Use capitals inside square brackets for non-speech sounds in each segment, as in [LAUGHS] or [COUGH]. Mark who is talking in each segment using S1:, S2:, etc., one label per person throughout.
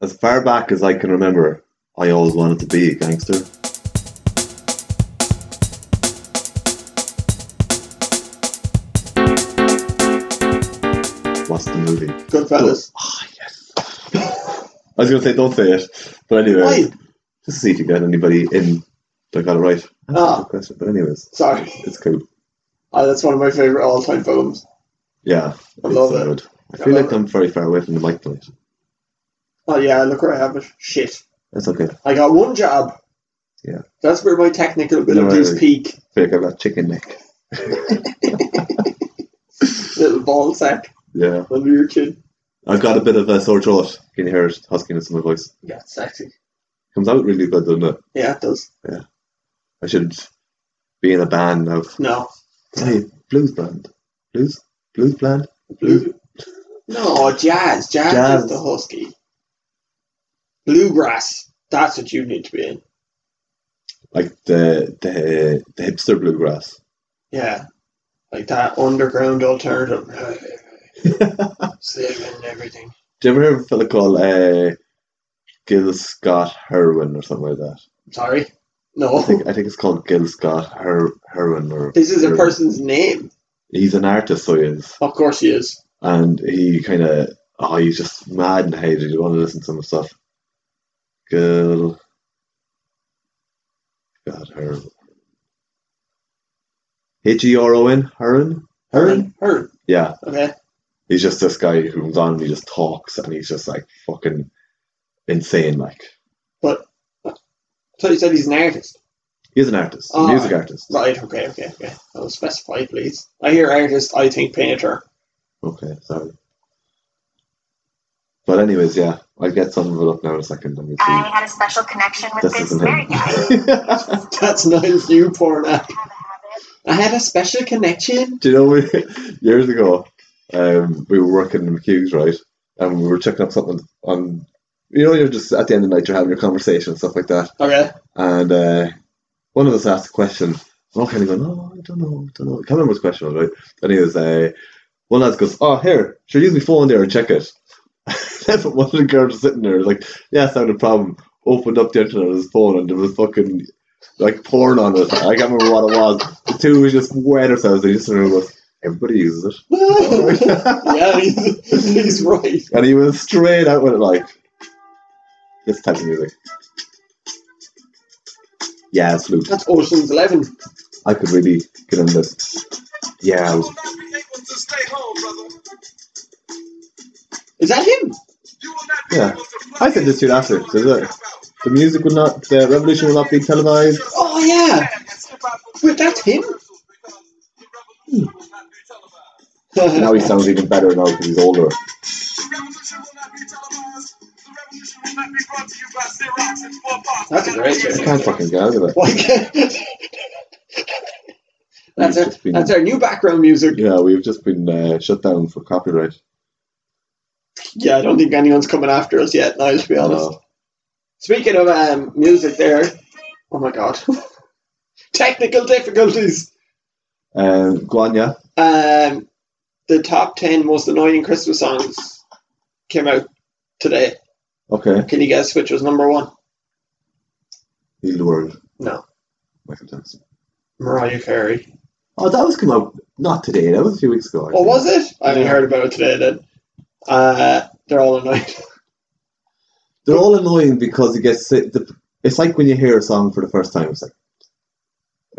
S1: As far back as I can remember, I always wanted to be a gangster. What's the movie?
S2: Goodfellas.
S1: Ah, yes. I was going to say, don't say it. But anyway,
S2: Why?
S1: just see if you get anybody in that got it right. That's
S2: Ah.
S1: a good question. But, anyways,
S2: Sorry.
S1: it's cool.
S2: Oh, that's one of my favorite all-time films.
S1: Yeah.
S2: I
S1: it's
S2: love
S1: so
S2: it.
S1: good. I
S2: I
S1: feel
S2: love
S1: like I'm very far away from the mic tonight.
S2: Oh yeah, look where I have it. Shit.
S1: That's okay.
S2: I got one job.
S1: Yeah.
S2: That's where my technical abilities
S1: Right.
S2: peak.
S1: I feel like I've got chicken neck.
S2: Little ball sack
S1: Yeah.
S2: under your chin.
S1: I've got a bit of a sore throat. Can you hear it? Huskiness in my voice.
S2: Yeah, it's sexy.
S1: Comes out really good, doesn't it?
S2: Yeah, it does.
S1: I should be in a band now.
S2: No.
S1: Hey, blues band. Blues? Blues band?
S2: Blue. No, jazz. Jazz,
S1: Jazz.
S2: is the husky. Bluegrass. That's what you need to be in.
S1: Like the the, the hipster bluegrass.
S2: Yeah. Like that
S1: [LAUGHS]
S2: underground alternative. Sleeping and everything.
S1: Do you ever hear of a fella called uh, Gil Scott Herwin or something like that?
S2: Sorry.
S1: [LAUGHS] I
S2: No.
S1: think I think it's called Gil Scott Her- Herwin or
S2: This is a
S1: Herwin.
S2: person's name.
S1: He's an artist, so he is.
S2: Of course he is.
S1: and he kind of oh he's just mad and hated. You want to listen to some stuff. Girl, God, her. H E R O N, Heron. Heron.
S2: Hearn.
S1: Yeah,
S2: Um, Okay.
S1: he's just this guy who comes on and he just talks and he's just like fucking insane. Like
S2: So you said he's an artist.
S1: he's an artist, a
S2: Oh.
S1: music artist.
S2: Right, okay, okay, okay. I'll specify, please. I hear artist, I think painter. [LAUGHS]
S1: Okay, sorry. But anyways, yeah, I'll get some of it up now in a second. Let me
S3: I
S1: see.
S3: had a special connection with
S1: This
S3: this
S1: isn't
S3: very
S1: him.
S3: guy.
S1: [LAUGHS]
S2: That's Niles Newport.
S3: I have a habit.
S2: I had a special
S1: [LAUGHS]
S2: connection.
S1: Do you know we, years ago, um, we were working in McHugh's, right? And we were checking up something on you know, you're just at the end of the night you're having your conversation and stuff like that.
S2: Okay. [LAUGHS]
S1: And uh, one of us asked a question. I'm all kind of going, Oh, I don't know, I don't know. I can't remember what the question was, right? And he was uh, one lad goes, Oh here, sure use my phone there and check it. [LAUGHS] then one of the girls was sitting there like, Yeah, it's not a problem. Opened up the internet on his phone and there was fucking like porn on it. I can't remember what it was. The two was just wet ourselves and he just sort of goes, Everybody uses it.
S2: yeah, he's, he's right.
S1: [LAUGHS] And he was straight out with it like this type of music. Yeah, it's Luke.
S2: That's Ocean's Eleven.
S1: I could really get on this. Yeah, I was-
S4: will not be able to stay home, brother.
S2: Is that him?
S4: You will not be
S1: Yeah.
S4: able to
S1: I said this to you last week, so look. the music would not, the revolution will not be televised.
S2: Oh, yeah. Wait, that's him?
S1: And now he sounds even better now because he's older.
S2: That's a great
S1: I
S2: tune.
S1: can't fucking get out of it.
S2: [LAUGHS] Why can't- that's,
S1: We've
S2: our,
S1: just been,
S2: that's our new background music.
S1: yeah, we've just been uh, shut down for copyright.
S2: Yeah, I don't think anyone's coming after us yet, Niles, to be honest.
S1: Uh,
S2: Speaking of um, music, there. Oh my god. [LAUGHS] Technical difficulties.
S1: um, go on, yeah.
S2: Um, the top ten most annoying Christmas songs came out today.
S1: Okay.
S2: Can you guess which was number one?
S1: Heal the world.
S2: No,
S1: Michael Jackson.
S2: Mariah Carey.
S1: Oh, that was come out not today. That was a few weeks ago. I
S2: Oh,
S1: think.
S2: was it? I only heard about it today. Then. Uh, they're all annoying.
S1: They're all annoying because you get si- the. It's like when you hear a song for the first time. It's like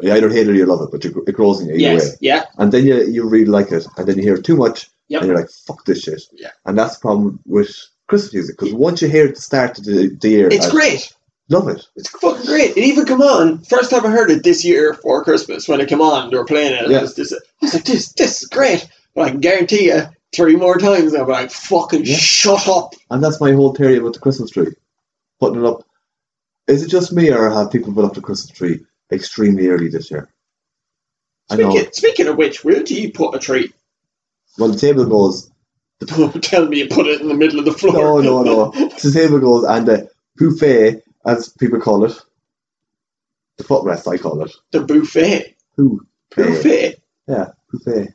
S1: you either hate it or you love it, but you, it grows in you either way.
S2: yes. Yeah.
S1: And then you you really like it, and then you hear it too much,
S2: Yep.
S1: and you're like, "Fuck this shit."
S2: Yeah.
S1: And that's the problem with Christmas music because once you hear it at the start of the, the year,
S2: It's
S1: I
S2: great.
S1: love it.
S2: It's fucking great. It even come on. First time I heard it this year for Christmas when it came on, they were playing it. And
S1: Yeah.
S2: I, was this, I was like, this, this is great. But I can guarantee you, three more times I'll be like, fucking
S1: Yeah.
S2: shut up.
S1: And that's my whole theory about the Christmas tree, putting it up. Is it just me, or have people put up the Christmas tree extremely early this year? I know.
S2: Speaking, speaking of which, where do you put a tree?
S1: Well, the table goes.
S2: [LAUGHS] Don't tell me you put it in the middle of the
S1: No,
S2: floor.
S1: no,
S2: [LAUGHS]
S1: no. the table goes and the buffet, as people call it, the footrest, I call it.
S2: The buffet.
S1: Who?
S2: Buffet.
S1: Buffet.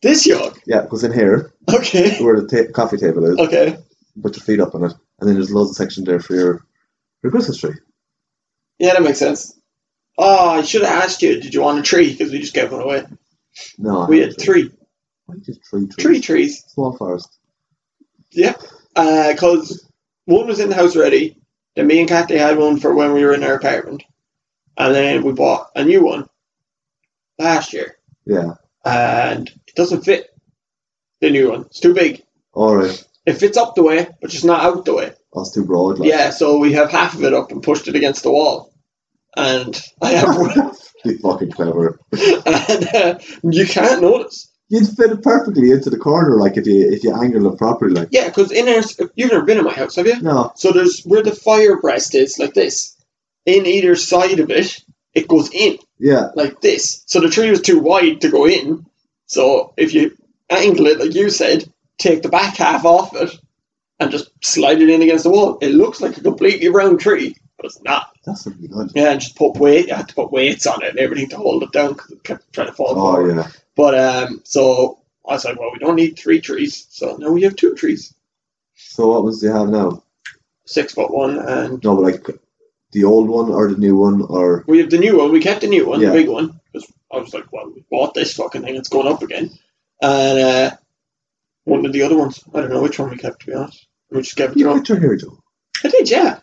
S2: This yard.
S1: Yeah, it goes in here,
S2: Okay. [LAUGHS]
S1: where the ta- coffee table is.
S2: Okay.
S1: Put your feet up on it, and then there's loads of section there for your your Christmas tree.
S2: Yeah, that makes sense. Oh, I should have asked you, did you want a tree? Because we just gave one away.
S1: No, I
S2: We
S1: haven't.
S2: had three,
S1: Why just three trees?
S2: three trees.
S1: Small forest.
S2: Because Uh, one was in the house already. Then me and Kathy had one for when we were in our apartment. And then we bought a new one last year.
S1: Yeah.
S2: And it doesn't fit the new one. It's too big.
S1: All right.
S2: It fits up the way, but just not out the way.
S1: That's too broad. Like.
S2: Yeah, so we have half of it up and pushed it against the wall. And I have [LAUGHS] one.
S1: [LAUGHS] Be fucking clever.
S2: and uh, you can't notice.
S1: You'd fit it perfectly into the corner, like if you if you angle it properly, like.
S2: Yeah, because in our you've never been in my house, have you?
S1: No.
S2: So there's where the fire breast is, like this. In either side of it, it goes in
S1: Yeah.
S2: like this. So the tree was too wide to go in. So if you angle it, like you said, take the back half off it and just slide it in against the wall. It looks like a completely round tree, but it's not.
S1: That's really good.
S2: Yeah, and just put weight. I had to put weights on it and everything to hold it down because it kept trying to fall
S1: Oh
S2: forward.
S1: yeah.
S2: But um, so I was like, well, we don't need three trees. So now we have two trees,
S1: So what ones do you have now?
S2: six foot one and
S1: No, but like the old one or the new one or
S2: We have the new one. We kept the new one,
S1: Yeah.
S2: the big one. 'cause I was like, well, we bought this fucking thing. It's going up again. And uh, one of the other ones. I don't know which one we kept, to be honest. We just kept it
S1: your
S2: on.
S1: picture here, Joe.
S2: I did, yeah.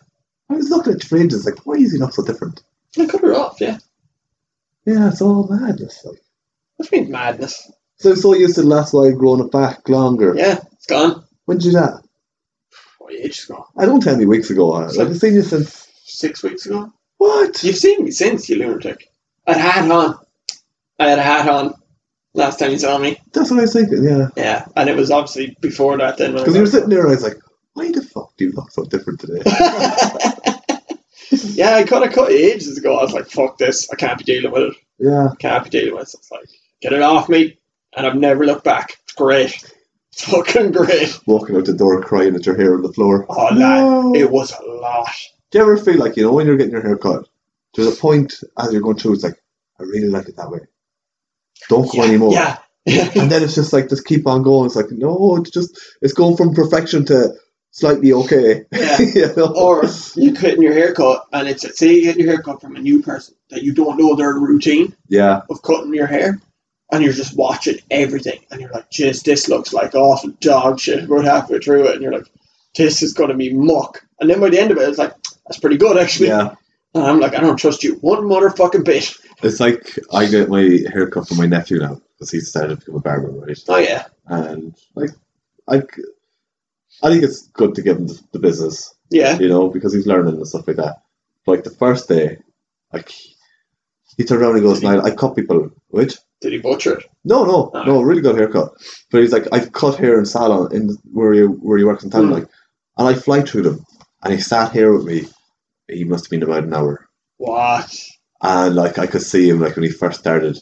S1: I was looking at your ages, like why is he not so different?
S2: I cut her off, yeah.
S1: Yeah, it's all madness. Like.
S2: That's been madness.
S1: So I'm so used to the last while growing it back longer.
S2: Yeah, it's gone.
S1: When did you do that?
S2: Oh, yeah, it's gone.
S1: I don't tell me weeks ago. I, like I've seen you since
S2: Six weeks ago.
S1: what?
S2: You've seen me since, you lunatic. I had a hat on. I had a hat on last time you saw me.
S1: That's what I was thinking. Yeah,
S2: Yeah, and it was obviously before that then. when I
S1: because you were
S2: got- [LAUGHS]
S1: sitting there, and I was like, why the fuck do you look so different today?
S2: yeah, I kind of cut it ages ago. I was like, fuck this. I can't be dealing with it.
S1: yeah,
S2: can't be dealing with it. It's like, get it off me, and I've never looked back. It's great. It's fucking great.
S1: walking out the door crying at your hair on the floor.
S2: Oh, lad,
S1: no.
S2: it was a lot.
S1: Do you ever feel like you know when you're getting your hair cut? There's a point as you're going through. It's like I really like it that way. Don't go
S2: yeah,
S1: anymore.
S2: Yeah. yeah.
S1: and then it's just like just keep on going. It's like no, it's just it's going from perfection to slightly okay.
S2: Yeah.
S1: [LAUGHS] you know?
S2: Or you're getting your haircut, and it's say you get your haircut from a new person that you don't know their routine
S1: yeah,
S2: of cutting your hair, and you're just watching everything, and you're like, "Jeez, this looks like awful dog shit." About halfway through it, and you're like, "This is gonna be muck," and then by the end of it, it's like, "That's pretty good, actually."
S1: yeah.
S2: And I'm like, "I don't trust you one motherfucking bit."
S1: It's like I get my haircut from my nephew now because he started to become a barber, right?
S2: Oh yeah,
S1: And like I, c- I think it's good to give him the, the business,
S2: yeah.
S1: you know, because he's learning and stuff like that. Like the first day, like he turned around and goes, "Now I cut people, which."
S2: Did he butcher it?
S1: No, no,
S2: Oh.
S1: no, really good haircut. But he's like, I've cut hair in salon in where he where he works in town,
S2: Hmm.
S1: like, and I fly through them, and he sat here with me. He must have been about an hour,
S2: What?
S1: and like I could see him, like when he first started,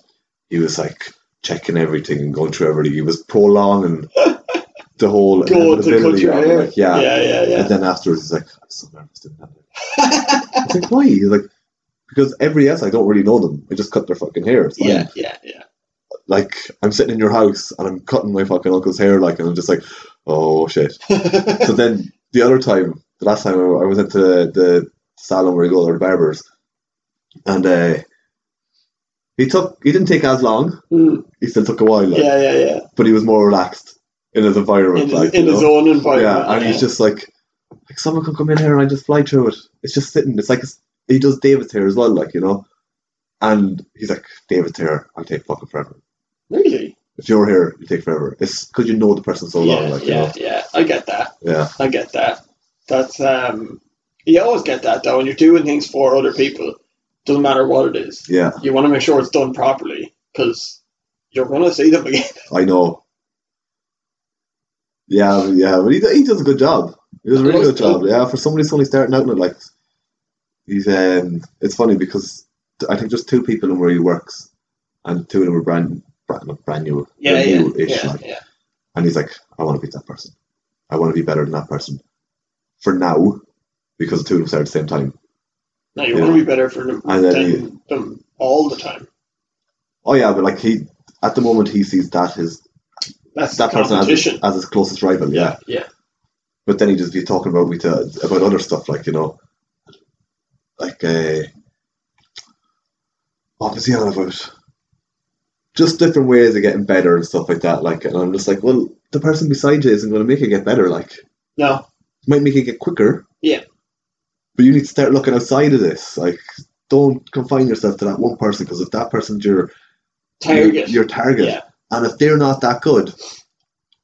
S1: he was like checking everything and going through everything. He was prolonging [LAUGHS] the whole
S2: Go on to cut
S1: inevitability
S2: your
S1: of it,
S2: hair.
S1: like, yeah.
S2: yeah, yeah.
S1: And
S2: yeah.
S1: then afterwards, he's like, I'm so nervous doing that. I was like, why? He's like, because everybody else, I don't really know them. I just cut their fucking hair. It's fine."
S2: yeah, yeah,
S1: [LAUGHS]
S2: yeah. [LAUGHS]
S1: like I'm sitting in your house and I'm cutting my fucking uncle's hair, like, and I'm just like, oh shit. so then the other time, the last time I was at the, the salon where you go to the barbers, and uh, he took he didn't take as long.
S2: Mm,
S1: He still took a while, like,
S2: yeah, yeah, yeah.
S1: but he was more relaxed in his environment,
S2: In,
S1: like,
S2: his, in
S1: you
S2: his
S1: know?
S2: own environment.
S1: yeah, and he's just like, like someone can come in here and I just fly through it. It's just sitting. It's like it's, he does David's hair as well, like you know, and he's like David's hair. I'll take fucking forever
S2: really.
S1: if you're here, you take forever. It's because you know the person so long,
S2: yeah,
S1: like
S2: yeah, yeah. I get that.
S1: you know. Yeah,
S2: I get that. That's um. You always get that though when you're doing things for other people. Doesn't matter what it is.
S1: yeah.
S2: You want to make sure it's done properly because you're gonna see them again.
S1: I know. Yeah, yeah, but he, do- he does a good job. He does a really good job. Yeah, for somebody who's only starting out in it, like he's um, it's funny because th- I think there's two people in where he works, and two of them are brand brand, not brand new,
S2: [LAUGHS] Yeah,
S1: they're
S2: yeah,
S1: new-ish,
S2: yeah,
S1: like.
S2: yeah.
S1: and he's like, I want to be that person. I want to be better than that person. For now, because the two of them start at the same time.
S2: No, you
S1: Yeah.
S2: want to be better for them,
S1: And then
S2: than them all the time.
S1: Oh yeah, but like he at the moment he sees that his
S2: That's
S1: that
S2: the
S1: person as,
S2: competition.
S1: as his closest rival. Yeah.
S2: yeah.
S1: But then he'd just be talking about me to, about other stuff, like you know, like uh, what was he on about? Just different ways of getting better and stuff like that. Like, and I'm just like, well, the person beside you isn't going to make you get better. Like,
S2: No.
S1: might make it get quicker.
S2: Yeah.
S1: But you need to start looking outside of this. Like, don't confine yourself to that one person because if that person's your your,
S2: Target.
S1: your target,
S2: Yeah.
S1: and if they're not that good,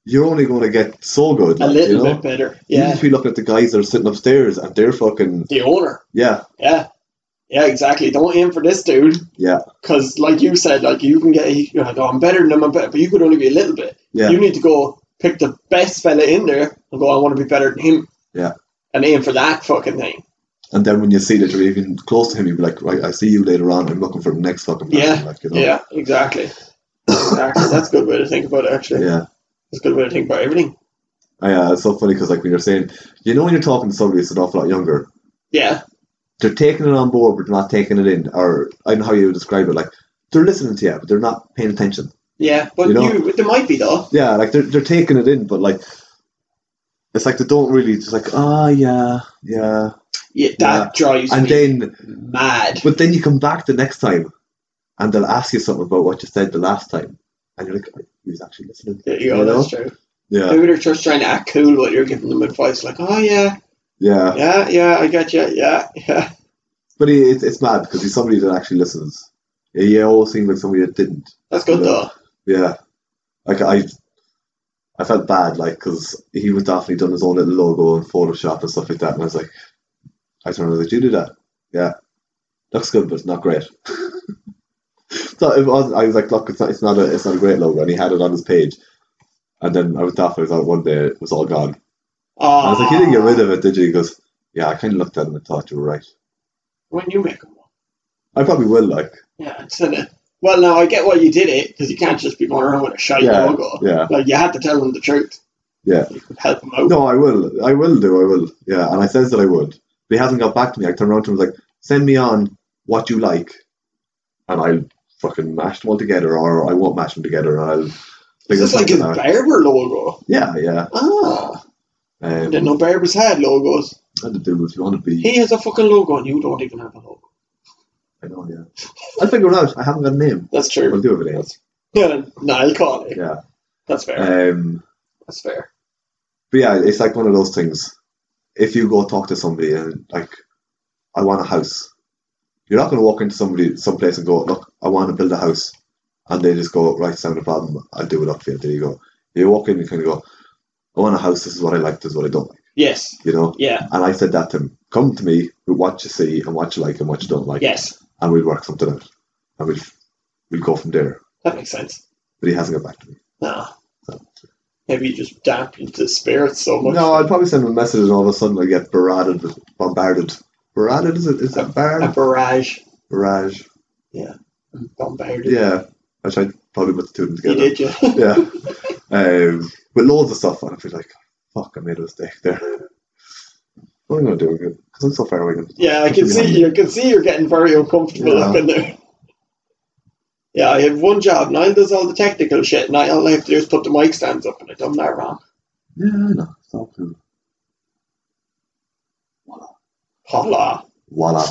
S1: you're only going to get so good.
S2: a
S1: like,
S2: little
S1: you know?
S2: bit better.
S1: You
S2: Yeah.
S1: need to be looking at the guys that are sitting upstairs and they're fucking
S2: The owner.
S1: yeah.
S2: Yeah. Yeah, exactly. Don't aim for this dude.
S1: Yeah.
S2: Because, like you said, like you can get, you're like, oh, I'm better than him, I'm better, but you could only be a little bit.
S1: Yeah.
S2: You need to go pick the best fella in there and go, I want to be better than him.
S1: Yeah.
S2: And aim for that fucking thing.
S1: And then when you see that you're even close to him, you'll be like, right, I see you later on. I'm looking for the next fucking person.
S2: Yeah.
S1: Like, you know?
S2: Yeah,
S1: [COUGHS]
S2: exactly. exactly. That's a good way to think about it, actually.
S1: Yeah.
S2: That's a good way to think about everything.
S1: I, uh, it's so funny because like when you're saying, you know, when you're talking to somebody that's an awful lot younger,
S2: Yeah.
S1: they're taking it on board but they're not taking it in, or I don't know how you would describe it. Like they're listening to you, but they're not paying attention.
S2: Yeah. But
S1: You
S2: you,
S1: know-
S2: there might be, though.
S1: Yeah, like they're they're taking it in, but like it's like they don't really just like, ah, yeah, yeah.
S2: Yeah, that drives
S1: And
S2: me
S1: then
S2: mad.
S1: But then you come back the next time and they'll ask you something about what you said the last time. And you're like, "Oh, he was actually listening.
S2: There you go,
S1: You know?
S2: that's true.
S1: Yeah,
S2: Maybe they're just trying to act cool while you're giving them advice, like, oh, yeah,
S1: yeah.
S2: yeah, yeah, I get you, yeah, yeah.
S1: But he, it's, it's mad because he's somebody that actually listens. He always seems like somebody that didn't.
S2: That's good
S1: Yeah.
S2: though.
S1: Yeah. Like, I I felt bad, like, because he was definitely done his own little logo and Photoshop and stuff like that. And I was like, I turned around, I was like, "Did you do that? Yeah. Looks good, but it's not great. [LAUGHS] so it was, I was like, look, it's not, it's not a, it's not a great logo. And he had it on his page. And then I was daft, I was out one day, it was all gone.
S2: Oh,
S1: I was like, you didn't get rid of it, did you? He goes, yeah, I kind of looked at it and thought you were right.
S2: When you make them,
S1: I probably will, like,
S2: yeah, it's in it. Well, now I get why you did it because you can't just be going around with a shite
S1: Yeah.
S2: logo.
S1: yeah.
S2: Like you had to tell them the truth.
S1: Yeah.
S2: you could help them out.
S1: No, I will. I will do. I will. Yeah, and I says that I would. But he hasn't got back to me. I turned around to him and was like, send me on what you like, and I'll fucking mash them all together, or I won't mash them together, and I'll
S2: Is
S1: figure
S2: this like
S1: something
S2: his
S1: out.
S2: Barber logo?
S1: Yeah, yeah.
S2: Ah, I
S1: Um,
S2: didn't know Barbers had logos.
S1: and to do if you want to be.
S2: He has a fucking logo, and you don't even have a logo.
S1: I know. Yeah. I'll figure it out. I haven't got a name.
S2: That's
S1: I'll
S2: true.
S1: do it name.
S2: Yeah, no, I'll call it.
S1: Yeah.
S2: That's fair.
S1: Um,
S2: That's fair.
S1: but yeah, it's like one of those things. If you go talk to somebody and like, I want a house. You're not going to walk into somebody someplace and go, look, I want to build a house, and they just go, right, sound a problem, I'll do it up for you. There you go. You walk in and kind of go, I want a house. This is what I like. This is what I don't like.
S2: Yes.
S1: You know.
S2: Yeah.
S1: And I said that to him. Come to me with what you see and what you like and what you don't like,
S2: Yes.
S1: and we'll work something out, and we'll we'll go from there.
S2: That makes sense.
S1: But he hasn't got back to me.
S2: No. Maybe you just dampened the spirits so much.
S1: No, I'd probably send him a message, and all of a sudden I get barraged, with- bombarded. Barraged is it? Is that
S2: A [LAUGHS]
S1: bar?
S2: barrage.
S1: Barrage.
S2: Bombarded.
S1: Yeah, I tried probably put the two of them
S2: You
S1: together.
S2: did, yeah. [LAUGHS]
S1: yeah. Um, with loads of stuff, and I'd be like, fuck, I made a mistake there. [LAUGHS] What am I going to do again? Because I'm so far away.
S2: Yeah, I can see you. I can see you're getting very uncomfortable
S1: Yeah.
S2: up in there. Yeah, I have one job. Niall does all the technical shit, and I all I have to do is put the mic stands up, and I've done that wrong.
S1: Yeah, I know. It's all cool.
S2: Holla.
S1: Voila.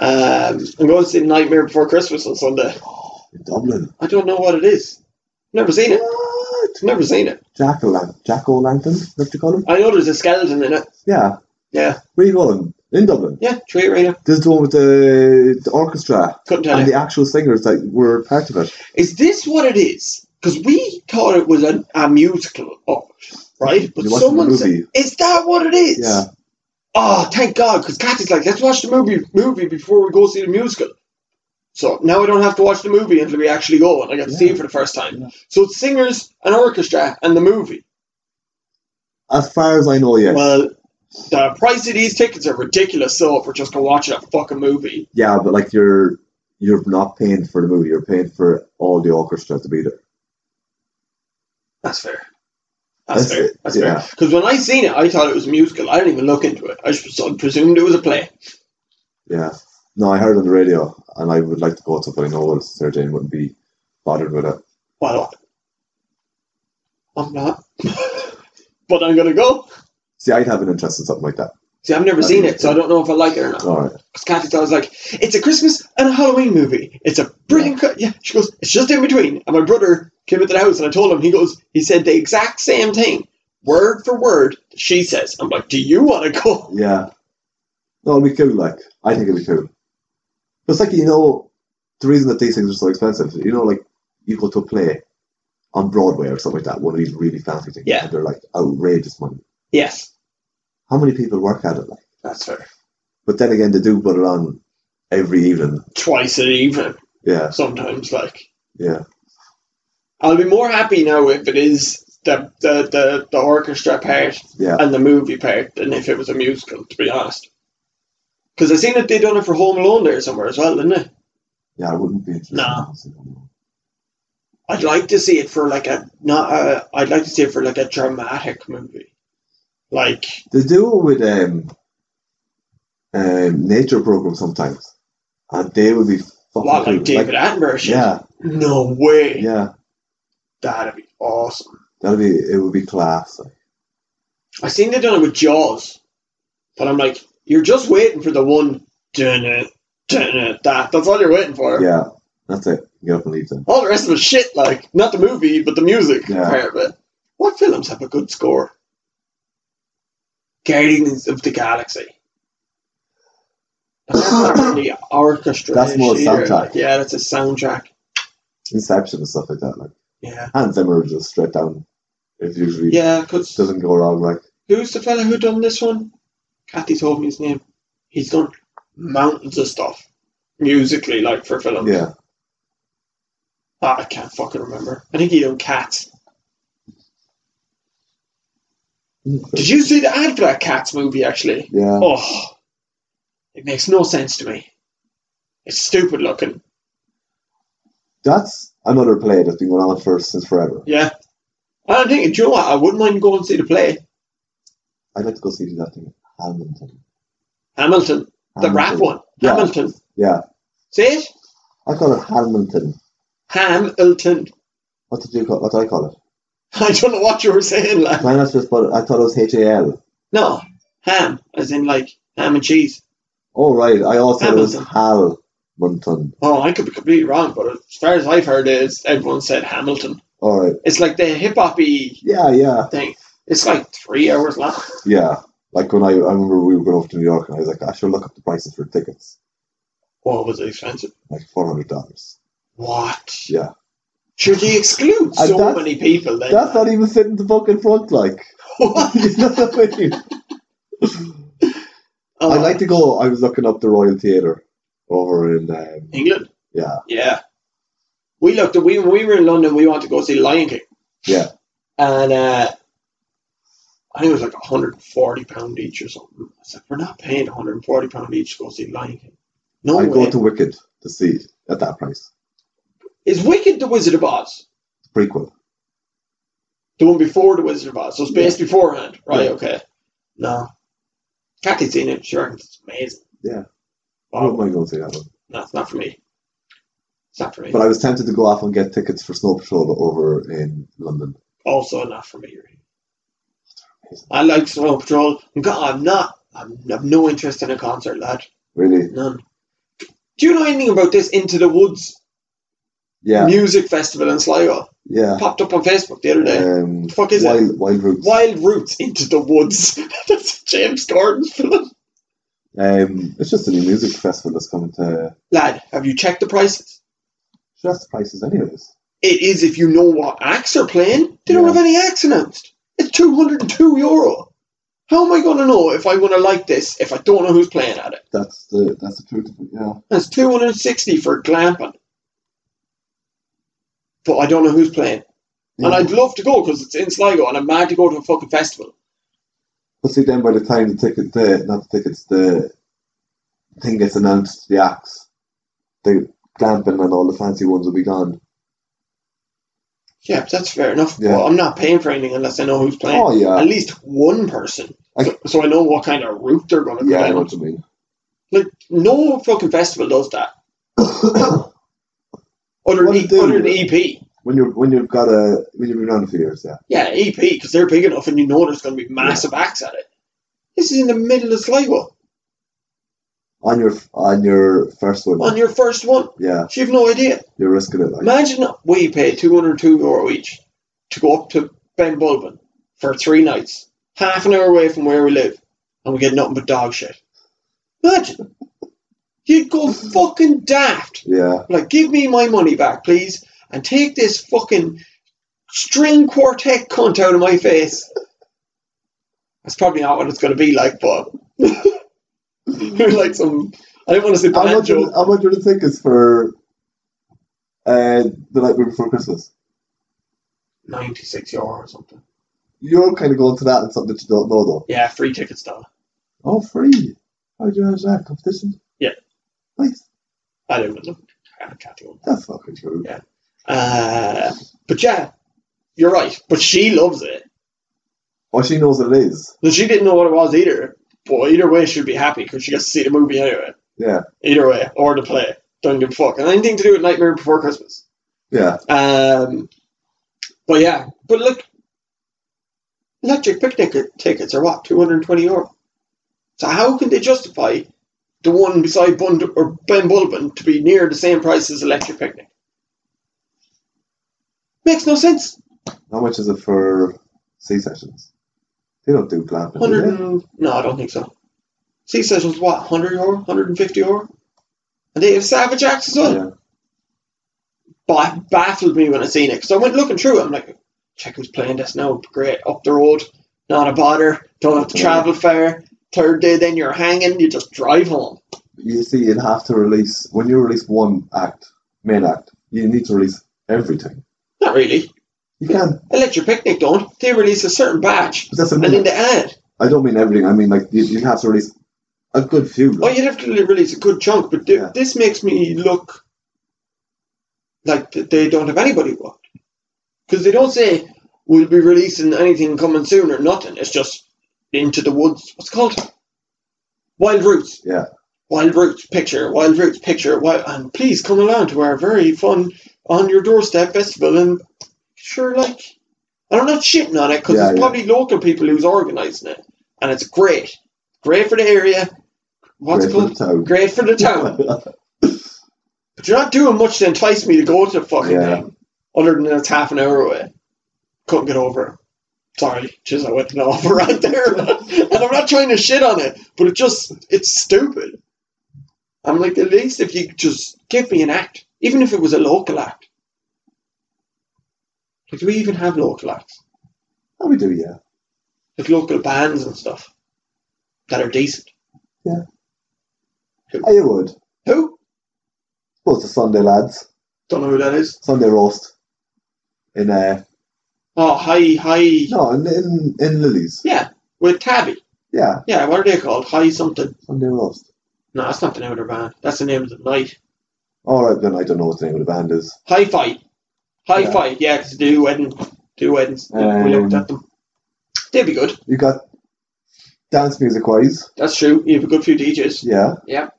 S2: Um, I'm going to see Nightmare Before Christmas on Sunday.
S1: In Dublin.
S2: I don't know what it is. Never seen it.
S1: What?
S2: Never seen it.
S1: Jack O'Lantern. Jack O'Lantern, what you call him?
S2: I know there's a skeleton in it.
S1: Yeah.
S2: Yeah.
S1: Where you going? In Dublin.
S2: Yeah, tree arena.
S1: This is the one with the, the orchestra
S2: Couldn't tell
S1: and
S2: you.
S1: the actual singers that were part of it.
S2: Is this what it is? Because we thought it was a, a musical, of it, right? But
S1: You watched the
S2: someone said,
S1: movie.
S2: "Is that what it is?"
S1: Yeah.
S2: Oh, thank God, because Kathy's like, let's watch the movie movie before we go see the musical. So now I don't have to watch the movie until we actually go, and I get to see
S1: Yeah.
S2: it for the first time.
S1: Yeah.
S2: So it's singers, an orchestra, and the movie.
S1: As far as I know, yes.
S2: Well, the price of these tickets are ridiculous. So if we're just gonna watch a fucking movie,
S1: yeah, but like you're you're not paying for the movie. You're paying for all the orchestra to be there.
S2: that's fair. That's,
S1: That's
S2: fair.
S1: it,
S2: That's
S1: yeah.
S2: fair. Because when I seen it, I thought it was a musical. I didn't even look into it. I just I presumed it was a play.
S1: Yeah. No, I heard on the radio, and I would like to go to, it, but I know what Sarah Jane wouldn't be bothered with it.
S2: [LAUGHS] Well, I'm not, but I'm gonna go.
S1: See, I'd have an interest in something like that.
S2: See, I've never
S1: That'd
S2: seen
S1: be
S2: it, so I don't know if I like it or not.
S1: All right.
S2: Because Kathy's always like, it's a Christmas and a Halloween movie. It's a brilliant. co- Yeah, she goes, it's just in between. And my brother came into the house and I told him, he goes, he said the exact same thing, word for word, that she says. I'm like, do you want to go? [LAUGHS]
S1: Yeah. No, it'd be cool. Like, I think it'd be cool. But it's like you know, the reason that these things are so expensive, you know, like you go to a play on Broadway or something like that, one of these really fancy things,
S2: Yeah.
S1: and they're like outrageous money.
S2: Yes,
S1: How many people work at it? Like,
S2: that's fair.
S1: but then again, they do put it on every evening.
S2: Twice an evening,
S1: Yeah,
S2: sometimes. Like,
S1: yeah,
S2: I'll be more happy now if it is the the the, the orchestra part
S1: yeah.
S2: and the movie part than if it was a musical. To be honest, because I seen that they done it for Home Alone there somewhere as well, didn't it?
S1: Yeah, I wouldn't be interested.
S2: No.
S1: in
S2: I'd like to see it for like a not a. I'd like to see it for like a dramatic movie, like
S1: They do it with um, um, nature programs sometimes, and they would be
S2: a
S1: fucking
S2: lot
S1: cool.
S2: like David Attenborough. Shit.
S1: yeah,
S2: No way.
S1: yeah.
S2: That'd be awesome.
S1: That'd be it. Would be class. Like.
S2: I seen they done it with Jaws, but I'm like, you're just waiting for the one. Dun it, dun it, that. That's all you're waiting for.
S1: Yeah, that's it. Get up and leave then.
S2: All the rest of it's shit. Like not the movie, but the music
S1: Yeah.
S2: part of it. What films have a good score? Guardians of the Galaxy. That's
S1: [SIGHS]
S2: not really orchestra.
S1: That's more soundtrack.
S2: yeah, that's a soundtrack.
S1: Inception and stuff like that. Like
S2: Yeah,
S1: Hans Zimmer is just straight down. It usually
S2: yeah. Cause
S1: doesn't go wrong. Like
S2: who's the fella who done this one? Kathy told me his name. He's done mountains of stuff musically, like for films.
S1: yeah,
S2: Ah, I can't fucking remember. I think he done Cats. Did you see the ad for that Cats movie? Actually,
S1: yeah.
S2: Oh, it makes no sense to me. It's stupid looking.
S1: That's another play that's been going on for since forever.
S2: Yeah. I don't think, do you know what? I wouldn't mind going to see the play.
S1: I'd like to go see that thing. Hamilton.
S2: Hamilton, the
S1: Hamilton.
S2: rap one.
S1: Yeah.
S2: Hamilton.
S1: Yeah,
S2: See it?
S1: I call it Hamilton.
S2: Hamilton. [LAUGHS]
S1: What did you call? What do I call it?
S2: I don't know what you were saying, lad.
S1: Why not just? But I thought it was H A L.
S2: No, ham, as in like ham and cheese.
S1: Oh right, I also thought it was Halmonton.
S2: Oh, I could be completely wrong, but as far as I've heard, is everyone said Hamilton.
S1: All right.
S2: It's like the hip hoppy
S1: Yeah, yeah,
S2: thing. It's like three hours long.
S1: yeah. Like when I, I remember we were going off to New York and I was like, I should look up the prices for tickets.
S2: Oh, was it expensive?
S1: Like four hundred dollars.
S2: What?
S1: Yeah.
S2: Sure, they exclude
S1: Uh,
S2: so
S1: that's-
S2: many people. Then [LAUGHS]
S1: That's not even sitting the fucking front like. [LAUGHS] you know what I mean?
S2: Oh,
S1: I'd like to go. I was looking up the Royal Theatre over in. Um,
S2: England.
S1: yeah,
S2: Yeah, we looked. At, we when we were in London. We wanted to go see Lion King.
S1: Yeah.
S2: and uh, I think it was like 140 pound each or something. I said we're not paying 140 pound each to go see Lion King. No
S1: I'd
S2: way.
S1: go to Wicked to see it at that price.
S2: Is Wicked the Wizard of Oz?
S1: The prequel.
S2: The one before the Wizard of Oz. So it's based beforehand, right?
S1: Yeah.
S2: Okay. No, Kathy's seen it. Sure, it's amazing.
S1: Yeah. I
S2: Wow.
S1: don't mind going to see that one.
S2: No, it's not for me. It's not for me.
S1: But I was tempted to go off and get tickets for Snow Patrol over in London.
S2: also not for me. really. I like Snow Patrol. I'm go- I'm not. I'm, I've no interest in a concert, lad.
S1: Really?
S2: None. Do you know anything about this Into the Woods
S1: Yeah,
S2: music festival in Sligo?
S1: yeah.
S2: Popped up on Facebook the other day.
S1: Um,
S2: The fuck is it?
S1: Wild, Wild Roots.
S2: Wild Roots Into the Woods. [LAUGHS] That's a James Gordon film.
S1: Um, it's just a new music festival that's coming to.
S2: Lad, have you checked the prices?
S1: Just the prices, anyways.
S2: It is if you know what acts are playing. They don't
S1: Yeah.
S2: have any acts announced. It's 202 euro. How am I going to know if I'm going to like this if I don't know who's playing at it?
S1: That's the that's the truth. Of it. Yeah.
S2: That's 260 for glamping. But I don't know who's playing. And I'd love to go because it's in Sligo and I'm mad to go to a fucking festival.
S1: But see, then by the time the ticket, the not the tickets, the thing gets announced, the acts, the glamping and all the fancy ones will be gone.
S2: Yeah, but that's fair enough.
S1: Yeah.
S2: But I'm not paying for anything unless I know who's playing.
S1: Oh yeah,
S2: At least one person.
S1: I-
S2: so, so I know what kind of route they're going to go
S1: yeah, I know
S2: down.
S1: what you mean.
S2: Like, no fucking festival does that. Other,
S1: What do
S2: than-
S1: they do?
S2: other than E EP.
S1: [COUGHS] when you're when you've got a when you've been around a few years, yeah,
S2: E Yeah, EP, because they're big enough and you know there's going to be massive acts at it. This is in the middle of Sligo
S1: on your on your first one.
S2: on your first one.
S1: yeah,
S2: So you've no idea.
S1: you're risking it. Like,
S2: Imagine we pay 202 euro each to go up to Ben Bulbin for three nights, half an hour away from where we live, and we get nothing but dog shit. Imagine. You'd go fucking daft.
S1: yeah,
S2: Like, give me my money back, please, and take this fucking string quartet cunt out of my face. That's probably not what it's going to be like, but. [LAUGHS] You're like some. I didn't want to say
S1: how much?
S2: banjo.
S1: How much would it think is for uh, the night before Christmas?
S2: 96 euro or something.
S1: You're kind of going to that and something that you don't know though.
S2: Yeah, free tickets, though.
S1: Oh, free! How do you manage that competition?
S2: Yeah.
S1: nice.
S2: I don't know. I can't think of it.
S1: That's fucking true.
S2: Yeah. Uh, but yeah, you're right. But she loves it.
S1: Oh, she knows what it is.
S2: And she didn't know what it was either. But either way, she'd be happy because she gets to see the movie anyway.
S1: Yeah,
S2: Either way, or the play. Don't give a fuck. And anything to do with Nightmare Before Christmas.
S1: yeah.
S2: Um, but yeah, but look, electric picnic tickets are what two hundred twenty euro. So how can they justify the one beside Bund or Ben Bulbin to be near the same price as electric picnic? Makes no sense.
S1: How much is it for C sessions? They don't do glamping, do
S2: Hundred
S1: they?
S2: and no, I don't think so. C sessions what hundred euro, hundred and fifty euro, and they have Savage Acts as well.
S1: Yeah.
S2: But baffled me when I seen it because I went looking through. it. I'm like, check who's playing this now. Great, up the road, not a bother. Don't have to travel far. Third day, then you're hanging. You just drive home.
S1: You see, you'd have to release when you release one act, main act. You need to release everything.
S2: Not really.
S1: You can.
S2: Electric Picnic don't. They release a certain batch,
S1: But that's a
S2: and then they add.
S1: I don't mean everything. I mean like you, you'd have to release a good few.
S2: Oh,
S1: Like,
S2: you'd have to release a good chunk. But th-
S1: Yeah.
S2: this makes me look like th- they don't have anybody booked because they don't say we'll be releasing anything coming soon or nothing. It's just into the woods. What's it called? Wild Roots.
S1: yeah.
S2: Wild Roots picture, Wild Roots picture, wild, and please come along to our very fun on your doorstep festival. And sure, like, and I'm not shitting on it because
S1: Yeah,
S2: it's
S1: yeah.
S2: probably local people who's organising it, and it's great, great for the area. What's it
S1: Great for
S2: called?
S1: the town.
S2: Great for the town.
S1: [LAUGHS]
S2: but you're not doing much to entice me to go to the fucking
S1: Yeah.
S2: thing, other than it's half an hour away. Couldn't get over. it. Sorry, jeez, I [LAUGHS] went an awful right there, and I'm not trying to shit on it, but it just it's stupid. I'm like, at least if you just give me an act, even if it was a local act. Like, do we even have local acts?
S1: Oh, we do, yeah.
S2: Like local bands and stuff that are decent.
S1: I would.
S2: Who?
S1: Well, it's the Sunday lads,
S2: Don't know who that is.
S1: Sunday roast, in uh
S2: Oh, hi, hi.
S1: no in in, in Lily's.
S2: Yeah, with Tabby.
S1: Yeah,
S2: Yeah, what are they called? Hi something.
S1: Sunday roast.
S2: No, that's not the name of their band. That's the name of the night.
S1: All right, then I don't know what the name of the band is.
S2: High fight. High
S1: Yeah.
S2: fight, yeah, because do wedding. Do weddings. we looked
S1: Um,
S2: at them. They'd be good.
S1: You got dance music wise,
S2: That's true. You have a good few DJs.
S1: yeah.
S2: Yeah.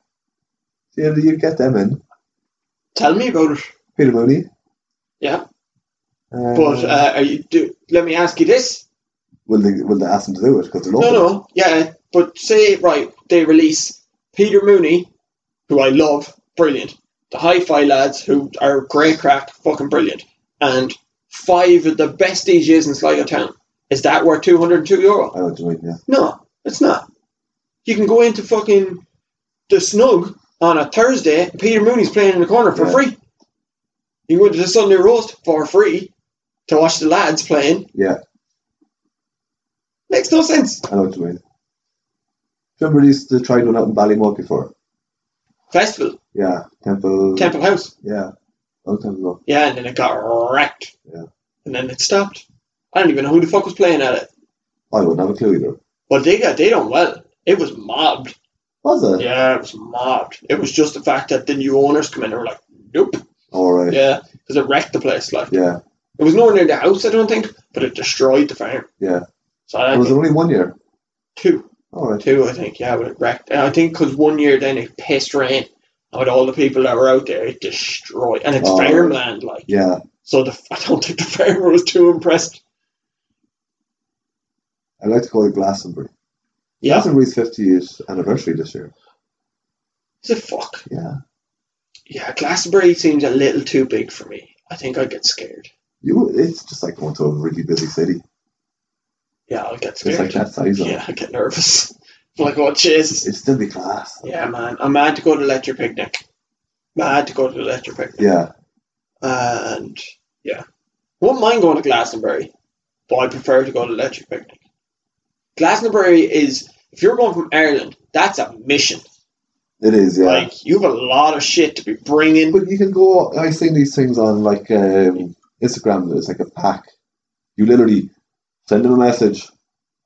S1: Yeah, you get them in.
S2: Tell me about it.
S1: Peter Mooney.
S2: Yeah.
S1: Um,
S2: But uh, are you do? Let me ask you this.
S1: will they will they ask them to do it because they're
S2: No,
S1: local?
S2: no, yeah. But say right, they release Peter Mooney, who I love, brilliant. The Hi-Fi lads, who are great crack, fucking brilliant, and five of the best DJs in Sligo town. Is that worth two hundred and two euro?
S1: I don't mean. Yeah.
S2: No, it's not. You can go into fucking the Snug on a Thursday. and Peter Mooney's playing in the corner for
S1: Yeah.
S2: free. You can go to the Sunday roast for free to watch the lads playing.
S1: Yeah.
S2: Makes no sense.
S1: I know what you mean. Do you remember they used to try one out in Ballymore before?
S2: Festival,
S1: Yeah, Temple.
S2: Temple House.
S1: Yeah, Oh, long time ago.
S2: Yeah, and then it got wrecked.
S1: Yeah.
S2: And then it stopped. I don't even know who the fuck was playing at it.
S1: I wouldn't have a clue either.
S2: But they got they done well. It was mobbed.
S1: Was it?
S2: Yeah, it was mobbed. It was just the fact that the new owners come in and were like, nope.
S1: All right. Yeah.
S2: Yeah, because it wrecked the place. Like,
S1: yeah,
S2: It was nowhere near the house, I don't think, but it destroyed the farm.
S1: yeah.
S2: So I
S1: It was
S2: think
S1: only one year.
S2: two,
S1: All right.
S2: two, I think, yeah, but it wrecked. And I think because one year then it pissed rain, and with all the people that were out there, it destroyed, and it's
S1: Oh.
S2: farmland, like.
S1: Yeah,
S2: So the, [LAUGHS] I don't think the farmer was too impressed.
S1: I like to call it Glastonbury.
S2: Yeah.
S1: That's Reed's 50th anniversary this year.
S2: It's a fuck.
S1: Yeah.
S2: Yeah, Glastonbury seems a little too big for me. I think I'd get scared.
S1: You, it's just like going to a really busy city.
S2: Yeah, I'll get
S1: It's
S2: scared.
S1: like that size. Of,
S2: yeah, I get nervous. [LAUGHS] I'm like, oh, Jesus.
S1: It'd still be class.
S2: Yeah, man. I'm mad to go to Ledger Picnic. Mad to go to Ledger Picnic.
S1: Yeah.
S2: And, yeah. Wouldn't mind going to Glastonbury, but I prefer to go to Ledger Picnic. Glastonbury is, if you're going from Ireland, that's a mission.
S1: It is, yeah.
S2: Like, you have a lot of shit to be bringing.
S1: But you can go. I've seen these things on like um, Instagram. It's like a pack. You literally send them a message.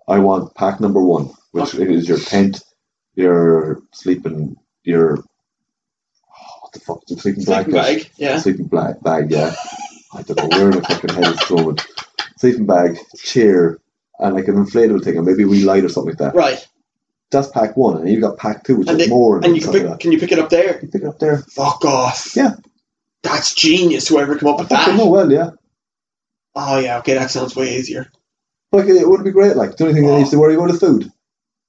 S1: I want pack number one, which is your tent, your sleeping, your oh, what the fuck, the sleeping
S2: Sleeping
S1: blanket,
S2: bag, yeah.
S1: sleeping black bag. Yeah, I don't know where my fucking head is going. Sleeping bag, chair, and like an inflatable thing, or maybe a wee light or something like that.
S2: Right.
S1: That's pack one, and you got pack two, which
S2: And
S1: is
S2: they-
S1: more
S2: And you can
S1: stuff like
S2: pick, can you pick it up there?
S1: that. Pick it up there.
S2: Fuck off.
S1: Yeah.
S2: That's genius, whoever come up with
S1: Fucking oh
S2: that.
S1: well, yeah.
S2: Oh, yeah, okay, that sounds way easier.
S1: Like it would be great. Like the only thing
S2: Oh.
S1: I need to worry about is food.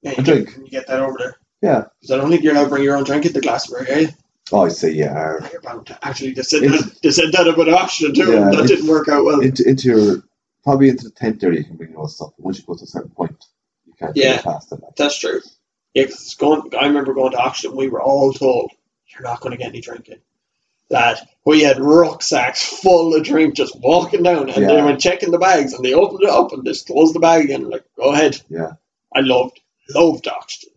S2: Yeah, you
S1: A
S2: get-
S1: drink.
S2: You get that over there.
S1: Yeah.
S2: Because I don't think you're allowed to bring your own drink at the Glassberg, eh?
S1: Oh, I see. Yeah,
S2: You're bound to- Actually, they said,
S1: It's-
S2: that, they said that about Ashton, too,
S1: Yeah,
S2: and that
S1: it's-
S2: didn't work out well.
S1: Uh, into, into your probably into the tent there you can bring your own stuff. Once you go to a certain point, you can't
S2: Yeah.
S1: get past it. Like,
S2: That's true. Yeah, 'cause it's going, I remember going to Ashton, we were all told, you're not going to get any drinking. That we had rucksacks full of drink just walking down, and they
S1: Yeah.
S2: were checking the bags, and they opened it up and just closed the bag again. Like, go ahead.
S1: Yeah.
S2: I loved, loved Ashton.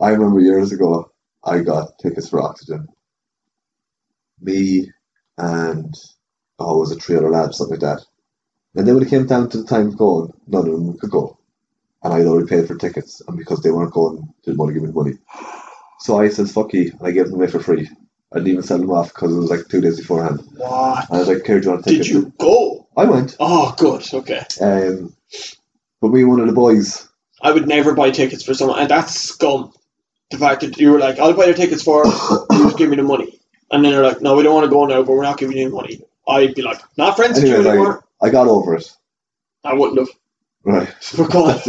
S1: I remember years ago, I got tickets for oxygen. Me and oh, it was a three other lads, something like that. And then when it came down to the time of going, none of them could go, and I'd already paid for tickets, and because they weren't going, didn't want to give me the money. So I said, "Fuck you," and I gave them away for free. I didn't even sell them off because it was like two days beforehand.
S2: What?
S1: And I was like, Kerry, do you want to take
S2: Ah, Did
S1: it?
S2: you go?
S1: I went.
S2: Oh, good. Okay.
S1: Um, but me and one of the boys,
S2: I would never buy tickets for someone, and that's scum. The fact that you were like, I'll buy your tickets for, it, you just give me the money. And then they're like, no, we don't want to go now, but we're not giving you the money. I'd be like, not friends with you
S1: Anyway, like-
S2: anymore.
S1: I got over it.
S2: I wouldn't have. [LAUGHS]
S1: Right.
S2: We're gone.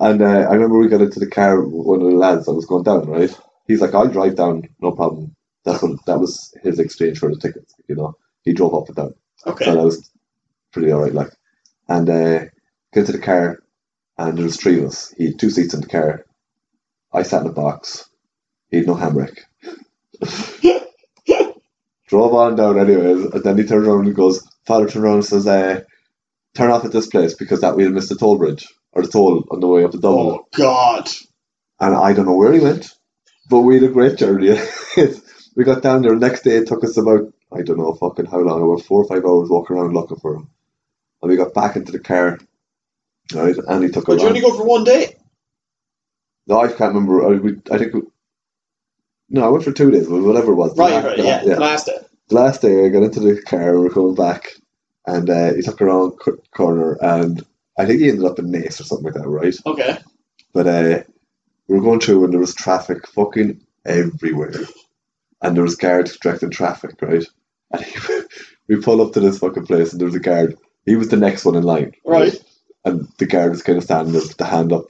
S1: and uh, I remember we got into the car with one of the lads that was going down, right? He's like, I'll drive down, no problem. That's what that was his exchange for the tickets, you know. He drove up and down. So
S2: Okay.
S1: that was pretty alright, like. And uh got into the car and there was three of us. He had two seats in the car. I sat in a box. He had no handbrake. Drove on down anyways, and then he turned around and goes, Father turned around and says, uh, turn off at this place because that we'll miss the toll bridge or the toll on the way up to Dublin.
S2: Oh, God.
S1: And I don't know where he went, but we had a great journey. [LAUGHS] we got down there next day. It took us about I don't know fucking how long, about four or five hours walking around looking for him. And we got back into the car, right? And he took
S2: But you
S1: around.
S2: only go for one day.
S1: No, I can't remember. I, we, I think. we- No, I went for two days, but whatever it was. the
S2: Right,
S1: la-
S2: right,
S1: the-
S2: yeah. Last day.
S1: The last day, I got into the car. We were coming back, and uh, he took around c- corner, and I think he ended up in Nace or something like that, right?
S2: Okay.
S1: But uh, we were going through and there was traffic fucking everywhere. And there was guards directing traffic, right? And he, [LAUGHS] we pulled up to this fucking place and there was a guard. He was the next one in line.
S2: Right.
S1: And the guard was kind of standing there with the hand up,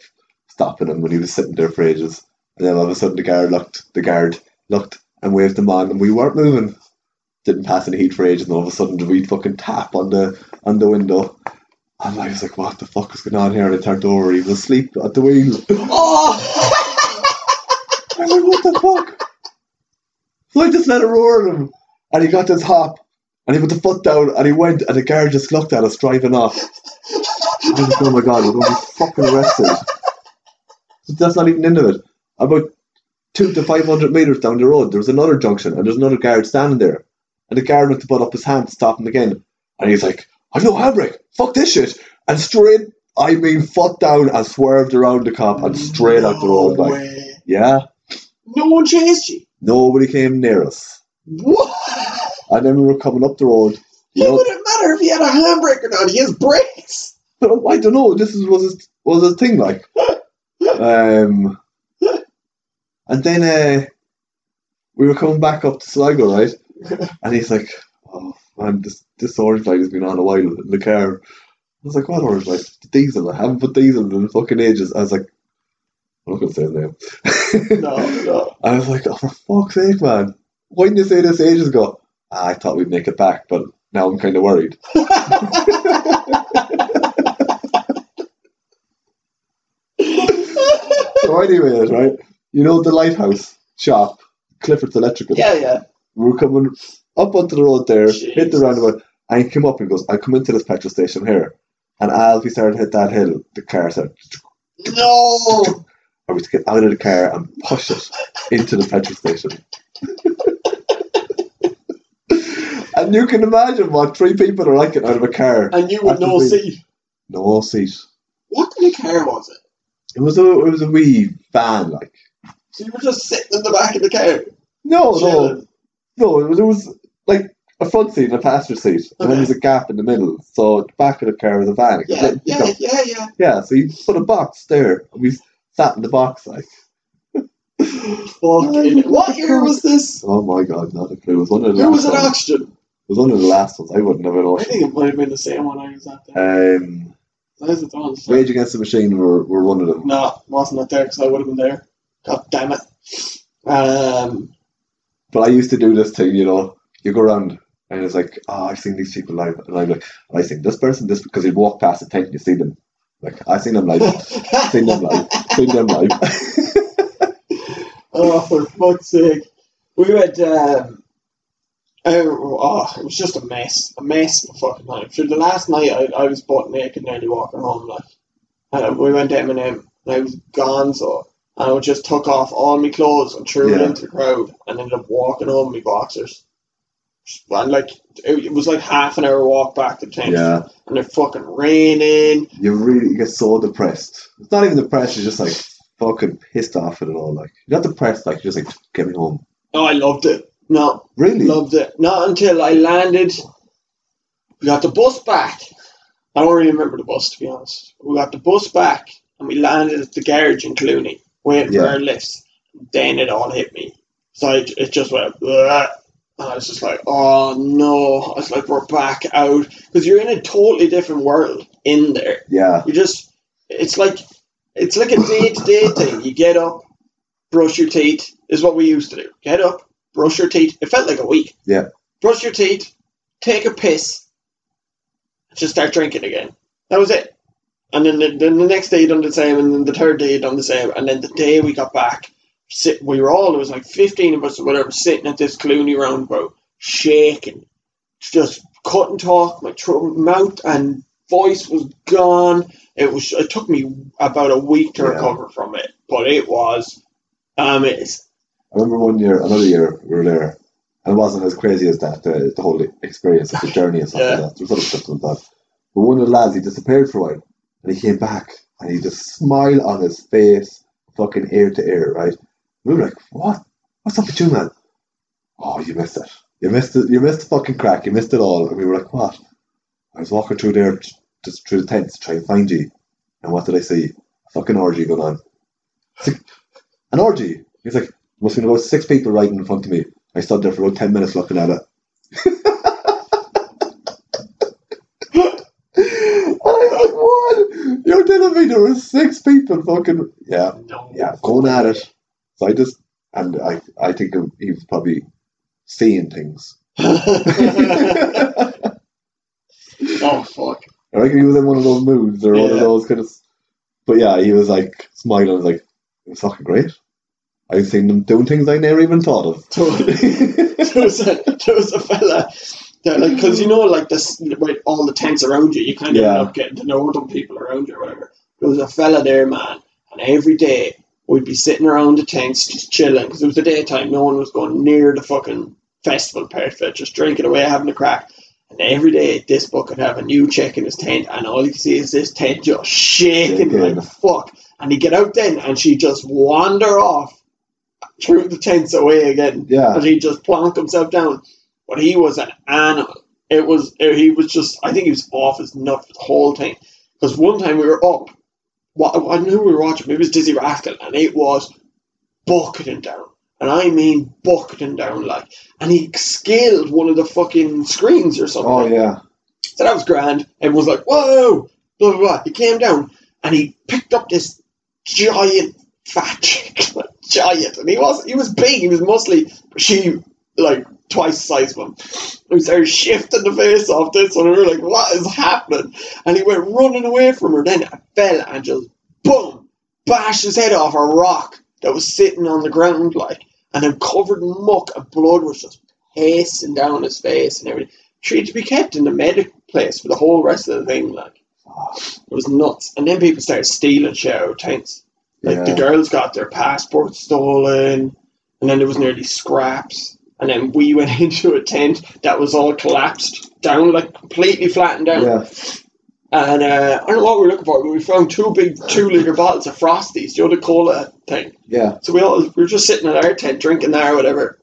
S1: stopping him when he was sitting there for ages. And then all of a sudden the guard looked, the guard looked and waved him on and we weren't moving. Didn't pass any heat for ages and all of a sudden we fucking tap on the on the window. And I was like, what the fuck is going on here? And I turned over, he was asleep at the wheel.
S2: Oh!
S1: I was like, what the fuck? So I just let it roar at him. And he got this hop. And he put the foot down and he went and the guard just looked at us driving off. I was like, oh my god, we're going to be fucking arrested. That's not even the end of it. About two to five hundred metres down the road, there was another junction and there's another guard standing there. And the guard went to put up his hand to stop him again. And he's like, I've no handbrake. Fuck this shit. And straight, I mean, foot down and swerved around the cop and straight out the road.
S2: No
S1: Like,
S2: way.
S1: yeah.
S2: No one chased you.
S1: Nobody came near us.
S2: What?
S1: And then we were coming up the road. You
S2: It
S1: know, [LAUGHS]
S2: wouldn't matter if he had a handbrake or not. He has brakes.
S1: but I don't know. This is, was his, was his thing like. Um, and then uh, we were coming back up to Sligo, right? And he's like, "Oh man, this this orange light has been on a while in the car." I was like, "What orange light? The diesel? I haven't put diesel in fucking ages." I was like, I'm not going to say his name.
S2: No,
S1: [LAUGHS]
S2: [LAUGHS] no.
S1: I was like, oh, for fuck's sake, man. Why didn't you say this ages ago? I thought we'd make it back, but now I'm kind of worried. So, anyways, right? You know the lighthouse shop, Clifford's Electrical.
S2: [LAUGHS] yeah, yeah.
S1: We were coming up onto the road there, hit the
S2: Jesus.
S1: roundabout, and he came up and goes, I come into this petrol station here. And as we started to hit that hill, the car said,
S2: No.
S1: I was to get out of the car and push it into the petrol station. [LAUGHS] and you can imagine what three people are like getting out of a car.
S2: And you would
S1: After
S2: no
S1: we-
S2: see.
S1: No seat.
S2: What kind of car was it?
S1: It was a it was a wee van like.
S2: So you were just sitting in the back of the car.
S1: No, no,
S2: chilling.
S1: no. It was, it was like a front seat and a passenger seat, and then
S2: Okay.
S1: there's a gap in the middle. So the back of the car was a van. It
S2: Yeah,
S1: was like-
S2: yeah, yeah, yeah.
S1: yeah. So you put a box there, and we sat in the box like.
S2: Fucking. What year was this?
S1: Oh my god, not a clue. It was one of the
S2: Who
S1: last
S2: was it
S1: ones.
S2: oxygen?
S1: It was one of the last ones. I wouldn't have
S2: I
S1: known.
S2: think it might have been the same one I was at there.
S1: Um,
S2: That is the one. so-
S1: Rage Against the Machine were, were one of them.
S2: No, wasn't it there because I would have been there. God damn it. Um, [LAUGHS]
S1: But I used to do this thing, you know, you go around and it's like, oh, I've seen these people live. And I'm like, I've seen this person, this, because you walk past the tent and you see them. Like, I've seen them live, [LAUGHS] seen them live, seen them live.
S2: oh, for fuck's sake. We went, um, oh, oh, it was just a mess. A mess of a fucking night. For the last night, I, I was butt naked nearly walking home. Like, uh, we went to M&M and I was gone, so and I just took off all my clothes and threw
S1: Yeah.
S2: it into the crowd and ended up walking home in my boxers. And like, it, it was like half an hour walk back to the tent.
S1: Yeah,
S2: And it fucking raining.
S1: you really you get so depressed. It's not even depressed, you're just like fucking pissed off at it all. Like, you're not depressed, like, you're just like, get me home.
S2: No, Oh, I loved it. No,
S1: Really?
S2: loved it. Not until I landed. We got the bus back. I don't really remember the bus, to be honest. We got the bus back and we landed at the garage in Clooney, waiting for
S1: Yeah.
S2: our lifts. Then it all hit me. So I, it just went, "Bleh." and I was just like, oh no. I was like, we're back out. Because you're in a totally different world in there.
S1: Yeah,
S2: You just, it's like, it's like a day to day thing. You get up, brush your teeth, is what we used to do. Get up, brush your teeth. It felt like a week.
S1: Yeah.
S2: Brush your teeth, take a piss, just start drinking again. That was it. And then the, then the next day you done the same, and then the third day you done the same, and then the day we got back, sit, we were all, there was like 15 of us or whatever, sitting at this Clooney roundabout, shaking, just couldn't talk, my throat, mouth and voice was gone it was it took me about a week to
S1: Yeah.
S2: recover from it but it was um it's
S1: I remember one year, another year, we were there, and it wasn't as crazy as that, the, the whole experience of the journey and stuff
S2: Yeah.
S1: like that. There was other stuff like that. But one of the lads, he disappeared for a while, and he came back, and he just smile on his face, fucking ear to ear, right? We were like, what? What's up with you, man? Oh, you missed it. You missed it. You missed the fucking crack. You missed it all. And we were like, what? I was walking through there, t- just through the tents to try and find you. And what did I see? A fucking orgy going on. [LAUGHS] It's like, an orgy. He's like, must have been about six people riding in front of me. I stood there for about ten minutes looking at it. [LAUGHS] and I was like, what? You're telling me there were six people fucking Yeah,
S2: no
S1: yeah, going at it. So I just and I I think he was probably seeing things. [LAUGHS]
S2: [LAUGHS]
S1: I
S2: oh fuck
S1: reckon he was in one of those moods or one of
S2: Yeah.
S1: those kind of But yeah, he was like smiling like, It was fucking great. I've seen them doing things I never even thought of. [LAUGHS]
S2: there was a [LAUGHS] there was a fella that like because you know like this with all the tents around you you kind of
S1: Yeah.
S2: end up getting to know them people around you or whatever there was a fella there man and every day we'd be sitting around the tents just chilling because it was the daytime no one was going near the fucking festival part of it just drinking away having a crack and every day this book would have a new chick in his tent and all you could see is this tent just shaking
S1: Shaking.
S2: like fuck and he'd get out then and she'd just wander off through the tents away again
S1: yeah.
S2: and he just plonked himself down. But he was an animal. It was he was just. I think he was off his nut for the whole thing. Because one time we were up, wa- I knew we were watching. Maybe it was Dizzy Rascal, and it was bucketing down, and I mean bucketing down like. And he scaled one of the fucking screens or something.
S1: Oh yeah.
S2: So that was grand. Everyone's like, whoa, blah, blah, blah. He came down and he picked up this giant fat chick, [LAUGHS] like, giant, and he was he was big, he was muscly. But she like twice the size of him. And we started shifting the face off this one, and we were like, "What is happening?" And he went running away from her. Then I fell and just boom, bashed his head off a rock that was sitting on the ground, like, and I'm covered in muck and blood was just pacing down his face and everything. She had to be kept in the medic place for the whole rest of the thing, like. It was nuts. And then people started stealing shit out of tents. Like the
S1: Yeah.
S2: girls got their passports stolen, and then there was nearly scraps. And then we [LAUGHS] went into a tent that was all collapsed down, like completely flattened out.
S1: Yeah.
S2: And uh, I don't know what we were looking for, but we found two big two liter bottles of Frosties, the other cola thing.
S1: Yeah.
S2: So we all we were just sitting in our tent drinking there or whatever.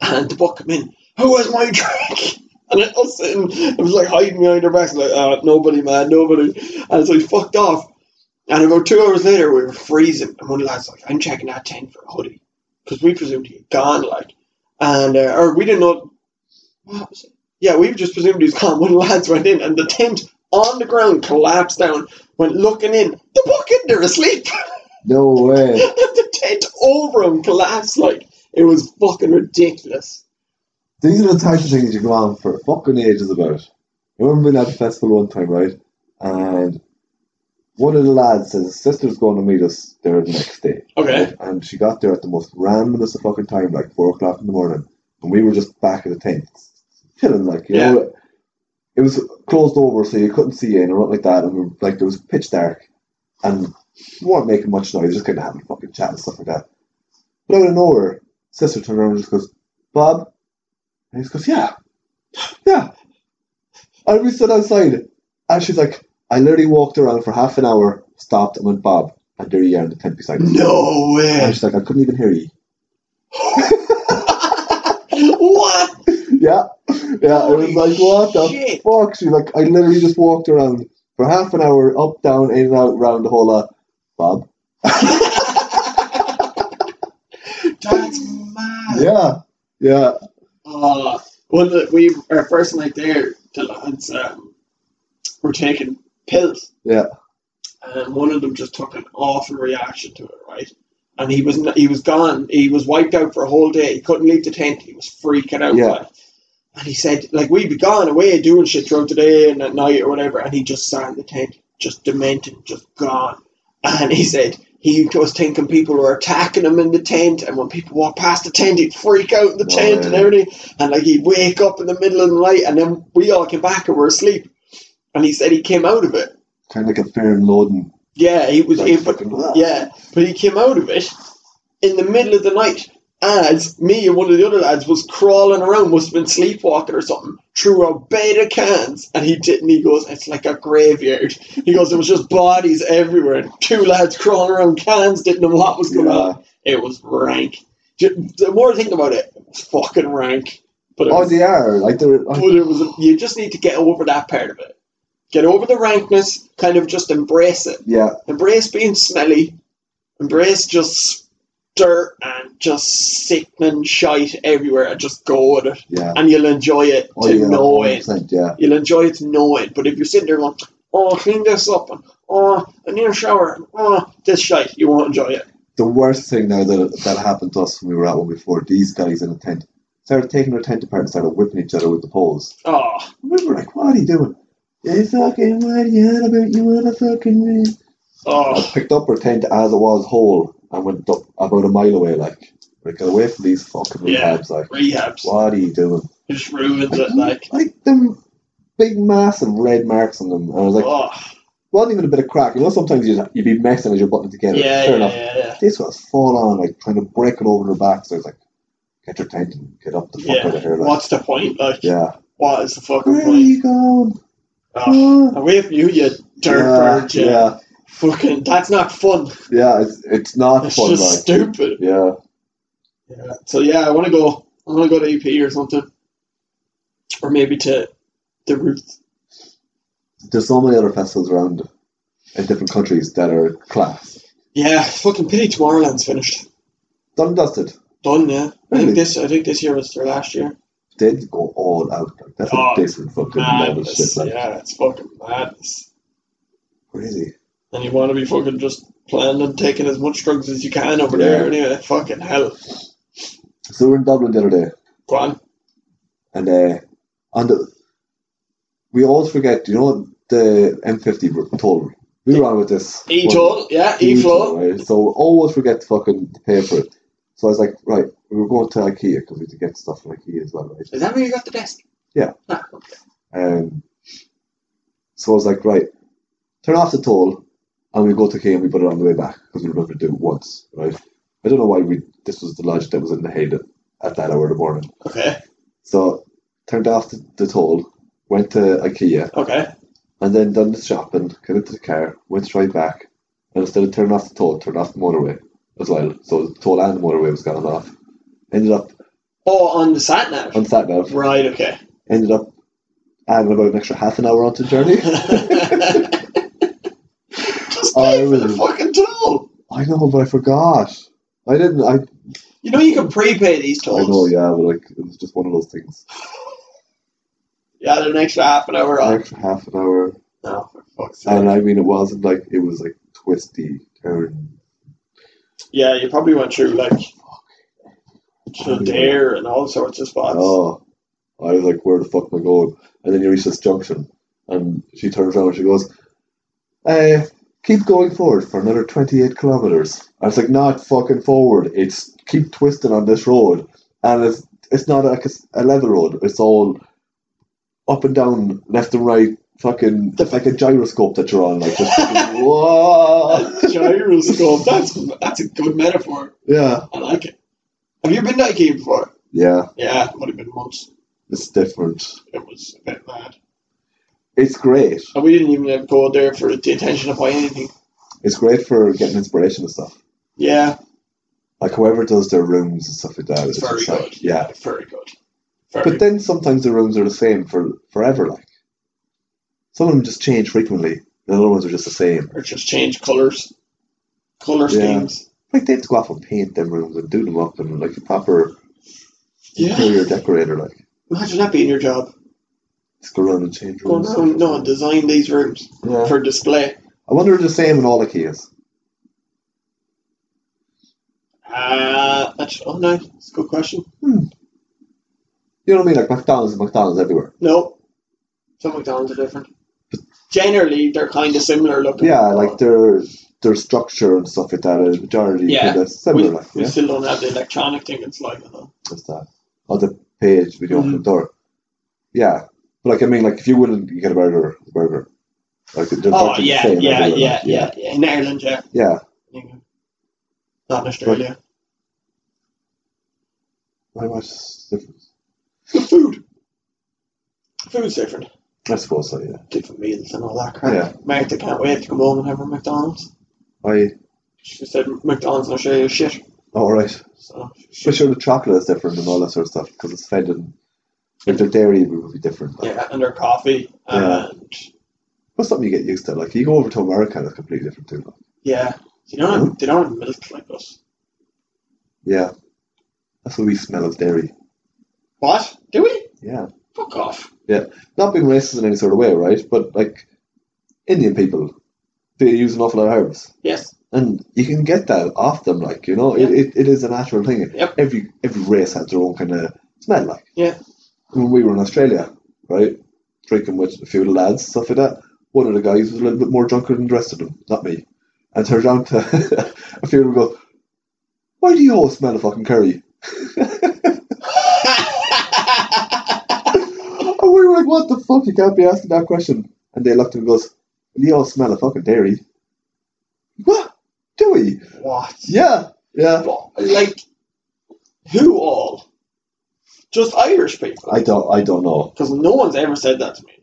S2: And the buck came in, who has my drink? [LAUGHS] And I was sitting, I was like hiding behind her back, like, oh, nobody, man, nobody. And so he fucked off. And about two hours later, we were freezing. And one of the lads like, I'm checking that tent for a hoodie. Because we presumed he had gone, like. And, uh, or we didn't know. What was it? Yeah, we just presumed he was gone. [LAUGHS] One of the lads went in, and the tent on the ground collapsed down, went looking in. The buck in there asleep.
S1: No way.
S2: [LAUGHS] the tent over him collapsed like it was fucking ridiculous.
S1: These are the types of things you go on for fucking ages about. I remember being at the festival one time, right? And one of the lads says his sister's going to meet us there the next day.
S2: Okay.
S1: And she got there at the most randomest of fucking time, like four o'clock in the morning. And we were just back at the tent, chilling, like, you
S2: Yeah.
S1: know. It was closed over, so you couldn't see in or nothing like that. And we were, like, it was pitch dark. And we weren't making much noise, just kind of having a fucking chat and stuff like that. But out of nowhere, sister turned around and just goes, Bob? And he just goes, Yeah, yeah. And we stood outside. And she's like, I literally walked around for half an hour, stopped, and went, Bob. And there you are in the tent beside us. And
S2: No way.
S1: she's like, I couldn't even hear you.
S2: [LAUGHS] what?
S1: Yeah, yeah. It was
S2: Holy
S1: like, what the
S2: shit.
S1: fuck? She's like, I literally just walked around for half an hour, up, down, in and out, round the whole uh, lot. Bob.
S2: That's [LAUGHS] mad.
S1: Yeah, yeah.
S2: Uh, one that we our first night there, the lads um, were taking pills.
S1: Yeah.
S2: And one of them just took an awful reaction to it, right? And he was n- he was gone. He was wiped out for a whole day. He couldn't leave the tent. He was freaking out.
S1: Yeah.
S2: like. And he said, like we'd be gone away doing shit throughout the day and at night or whatever. And he just sat in the tent, just demented, just gone. And he said he was thinking people were attacking him in the tent, and when people walked past the tent, he'd freak out in the
S1: No
S2: tent and
S1: way.
S2: everything. And like he'd wake up in the middle of the night, and then we all came back and were asleep. And he said he came out of it.
S1: Kind of like a fair and loading.
S2: Yeah, he was.
S1: Like
S2: he-
S1: fucking blah.
S2: yeah, but he came out of it in the middle of the night. As me and one of the other lads was crawling around, must have been sleepwalking or something, through a bed of cans, and he didn't. He goes, "It's like a graveyard." He goes, "There was just bodies everywhere, and two lads crawling around cans, didn't know what was going
S1: Yeah.
S2: on. It was rank. Ju- The more I think about it, it was fucking rank. But it
S1: Oh,
S2: was,
S1: they are. Like they're. Like,
S2: but it was. You just need to get over that part of it. Get over the rankness. Kind of just embrace it
S1: yeah,
S2: embrace being smelly, embrace just dirt and just sickening shite everywhere and just go with it.
S1: yeah.
S2: And you'll enjoy it
S1: Oh,
S2: to
S1: yeah,
S2: no end.
S1: 100%, yeah.
S2: You'll enjoy it to no end. But if you're sitting there going, oh, clean this up, and oh, I need a shower, and oh, this shite, you won't enjoy it.
S1: The worst thing now that that happened to us when we were at one before, these guys in a tent started taking their tent apart and started whipping each other with the poles.
S2: Oh,
S1: We were like, what are you doing? They fucking what you on about? You wanna fucking win? I
S2: oh,
S1: picked up her tent as it was whole and went up about a mile away, like, like get away from these fucking
S2: Yeah.
S1: rehabs, like,
S2: rehabs.
S1: what are you doing?
S2: It just ruins it, like,
S1: Like them big massive red marks on them. And I was like,
S2: oh,
S1: wasn't even a bit of crack. You know, sometimes you'd, you'd be messing as you're putting it together.
S2: yeah,
S1: Fair
S2: yeah,
S1: enough.
S2: yeah, yeah.
S1: This was full on, like, trying to break it over their backs. I was like, get your tent and get up the fuck
S2: Yeah.
S1: out of here. Like,
S2: What's the point? Like,
S1: yeah.
S2: what is the fucking
S1: Where are
S2: point?
S1: you going?
S2: Oh,
S1: Ah.
S2: away from you, you dirt bird, you
S1: yeah.
S2: Fucking, that's not fun.
S1: Yeah, it's it's not
S2: It's
S1: fun.
S2: just
S1: like.
S2: stupid.
S1: yeah,
S2: Yeah. So yeah, I want to go. I want to go to EP or something, or maybe to the Roots.
S1: there's so many other festivals around in different countries that are class.
S2: Yeah, fucking pity Tomorrowland's finished.
S1: Done and dusted.
S2: Done. Yeah. I
S1: Really?
S2: think this. I think this year was their last year.
S1: Did go all out. Like, that's
S2: Oh,
S1: a different fucking level
S2: Madness.
S1: shit. Like
S2: Yeah, it's fucking madness.
S1: crazy.
S2: And you want to be fucking just plan on taking as much drugs as you can over
S1: Yeah.
S2: there anyway. Fucking hell.
S1: So we were in Dublin the other day,
S2: Go on.
S1: and uh, on the we always forget. You know the M50 toll. We were on with this
S2: E toll, yeah, E flow.
S1: Right? So we always forget to fucking pay for it. So I was like, right, we were going to IKEA because we had to get stuff from IKEA as well, right?
S2: Is that where you got the desk?
S1: Um, so I was like, right, turn off the toll, and we go to K and we put it on the way back because we were going to do it once, right? I don't know why we. This was the logic that was in the head at that hour of the morning.
S2: Okay,
S1: So turned off the, the toll, went to IKEA,
S2: okay.
S1: and then done the shopping, got into the car, went straight back, and instead of turning off the toll, turned off the motorway as well. So the toll and the motorway was gone off. Ended up
S2: Oh, on the sat nav.
S1: on sat nav.
S2: Right, okay.
S1: Ended up adding about an extra half an hour onto the journey. [LAUGHS]
S2: Just
S1: I Oh,
S2: pay for the
S1: was-
S2: fucking toll.
S1: I know, but I forgot. I didn't. I,
S2: You know you can prepay these
S1: I
S2: tolls.
S1: know, yeah, but like it was just one of those things.
S2: Yeah, they're an extra half an hour
S1: An
S2: on.
S1: extra half an hour,
S2: No, for fuck's sake.
S1: and I mean, it wasn't like it was like twisty turn.
S2: Yeah, you probably went through like Kildare and all sorts of spots.
S1: Oh, I was like, where the fuck am I going? And then you reach this junction, and she turns around and she goes, "Eh, keep going forward for another twenty-eight kilometers." I was like, "Not fucking forward. It's keep twisting on this road, and it's it's not like it's a level road. It's all up and down, left and right." Fucking, it's like a gyroscope that you're on, like just fucking, [LAUGHS] whoa,
S2: A Gyroscope. Uh, That's that's a good metaphor.
S1: yeah,
S2: I like it. Have you been to Ikea before?
S1: yeah,
S2: Yeah, it would have been months.
S1: it's different.
S2: It was a bit mad.
S1: It's great.
S2: And we didn't even go there for the intention of buying anything.
S1: It's great for getting inspiration and stuff.
S2: Yeah,
S1: Like whoever does their rooms and stuff like that,
S2: It's
S1: it's
S2: very
S1: just like,
S2: good.
S1: yeah.
S2: very good. Very
S1: But then sometimes the rooms are the same for forever. Like some of them just change frequently, and other ones are just the same.
S2: or just change colours. Colour
S1: Yeah.
S2: schemes.
S1: Like they have to go off and paint them rooms and do them up and like a proper
S2: Yeah.
S1: interior decorator. Like
S2: Imagine that being your job.
S1: just go around and change
S2: Going
S1: rooms.
S2: around, no, and design these rooms
S1: Yeah.
S2: for display.
S1: I wonder if they're the same in all Ikeas.
S2: Uh, that's, oh no, that's a good question.
S1: You know what I mean? Like McDonald's, is McDonald's everywhere.
S2: No, some McDonald's are different. Generally, they're kind of similar looking.
S1: Yeah, like their their structure and stuff like that. A majority yeah.
S2: Yeah.
S1: kind of
S2: we,
S1: similar. like
S2: we
S1: yeah,
S2: still don't have the electronic thing uh, in Sligo though.
S1: just that on the page with the open
S2: Mhm.
S1: door. Yeah, but like I mean, like if you wouldn't you get a burger, a burger. Like they're
S2: Oh
S1: fucking
S2: yeah,
S1: the same
S2: yeah,
S1: everywhere,
S2: yeah,
S1: like,
S2: yeah, yeah. In Ireland, yeah.
S1: yeah.
S2: England. Not in Australia.
S1: How much is the difference?
S2: The food. Food's different.
S1: I suppose so. Yeah,
S2: Different meals and all that crap.
S1: Yeah.
S2: Martha can't wait to come home and have her McDonald's.
S1: I
S2: She said McDonald's in Australia is shit.
S1: all right.
S2: So she-
S1: But sure, the chocolate is different and all that sort of stuff because it's fed in. If they're dairy, it would be different. But
S2: yeah, and her coffee
S1: Yeah.
S2: and
S1: that's something you get used to. Like you go over to America, and it's completely different too. like.
S2: yeah. They don't have, they don't have milk like us.
S1: Yeah, that's what we smell of dairy.
S2: What? Do we?
S1: Yeah,
S2: Fuck off.
S1: not being racist in any sort of way, right? But like Indian people, they use an awful lot of herbs.
S2: Yes. [LAUGHS]
S1: And you can get that off them, like, you know,
S2: Yeah.
S1: it, it, it is a natural thing.
S2: Yep.
S1: Every every race has their own kind of smell, like.
S2: Yeah.
S1: When we were in Australia, right, drinking with a few of the lads, stuff like that, one of the guys was a little bit more drunker than the rest of them, not me. And turned around to [LAUGHS] a few of them goes, Why do you all smell of fucking curry? And Oh, we were like, What the fuck? You can't be asking that question. And they looked at him and goes, You all smell of fucking dairy. What? Do we?
S2: what?
S1: Yeah. Yeah.
S2: Like who all? Just Irish people.
S1: I don't I don't know.
S2: Because no one's ever said that to me.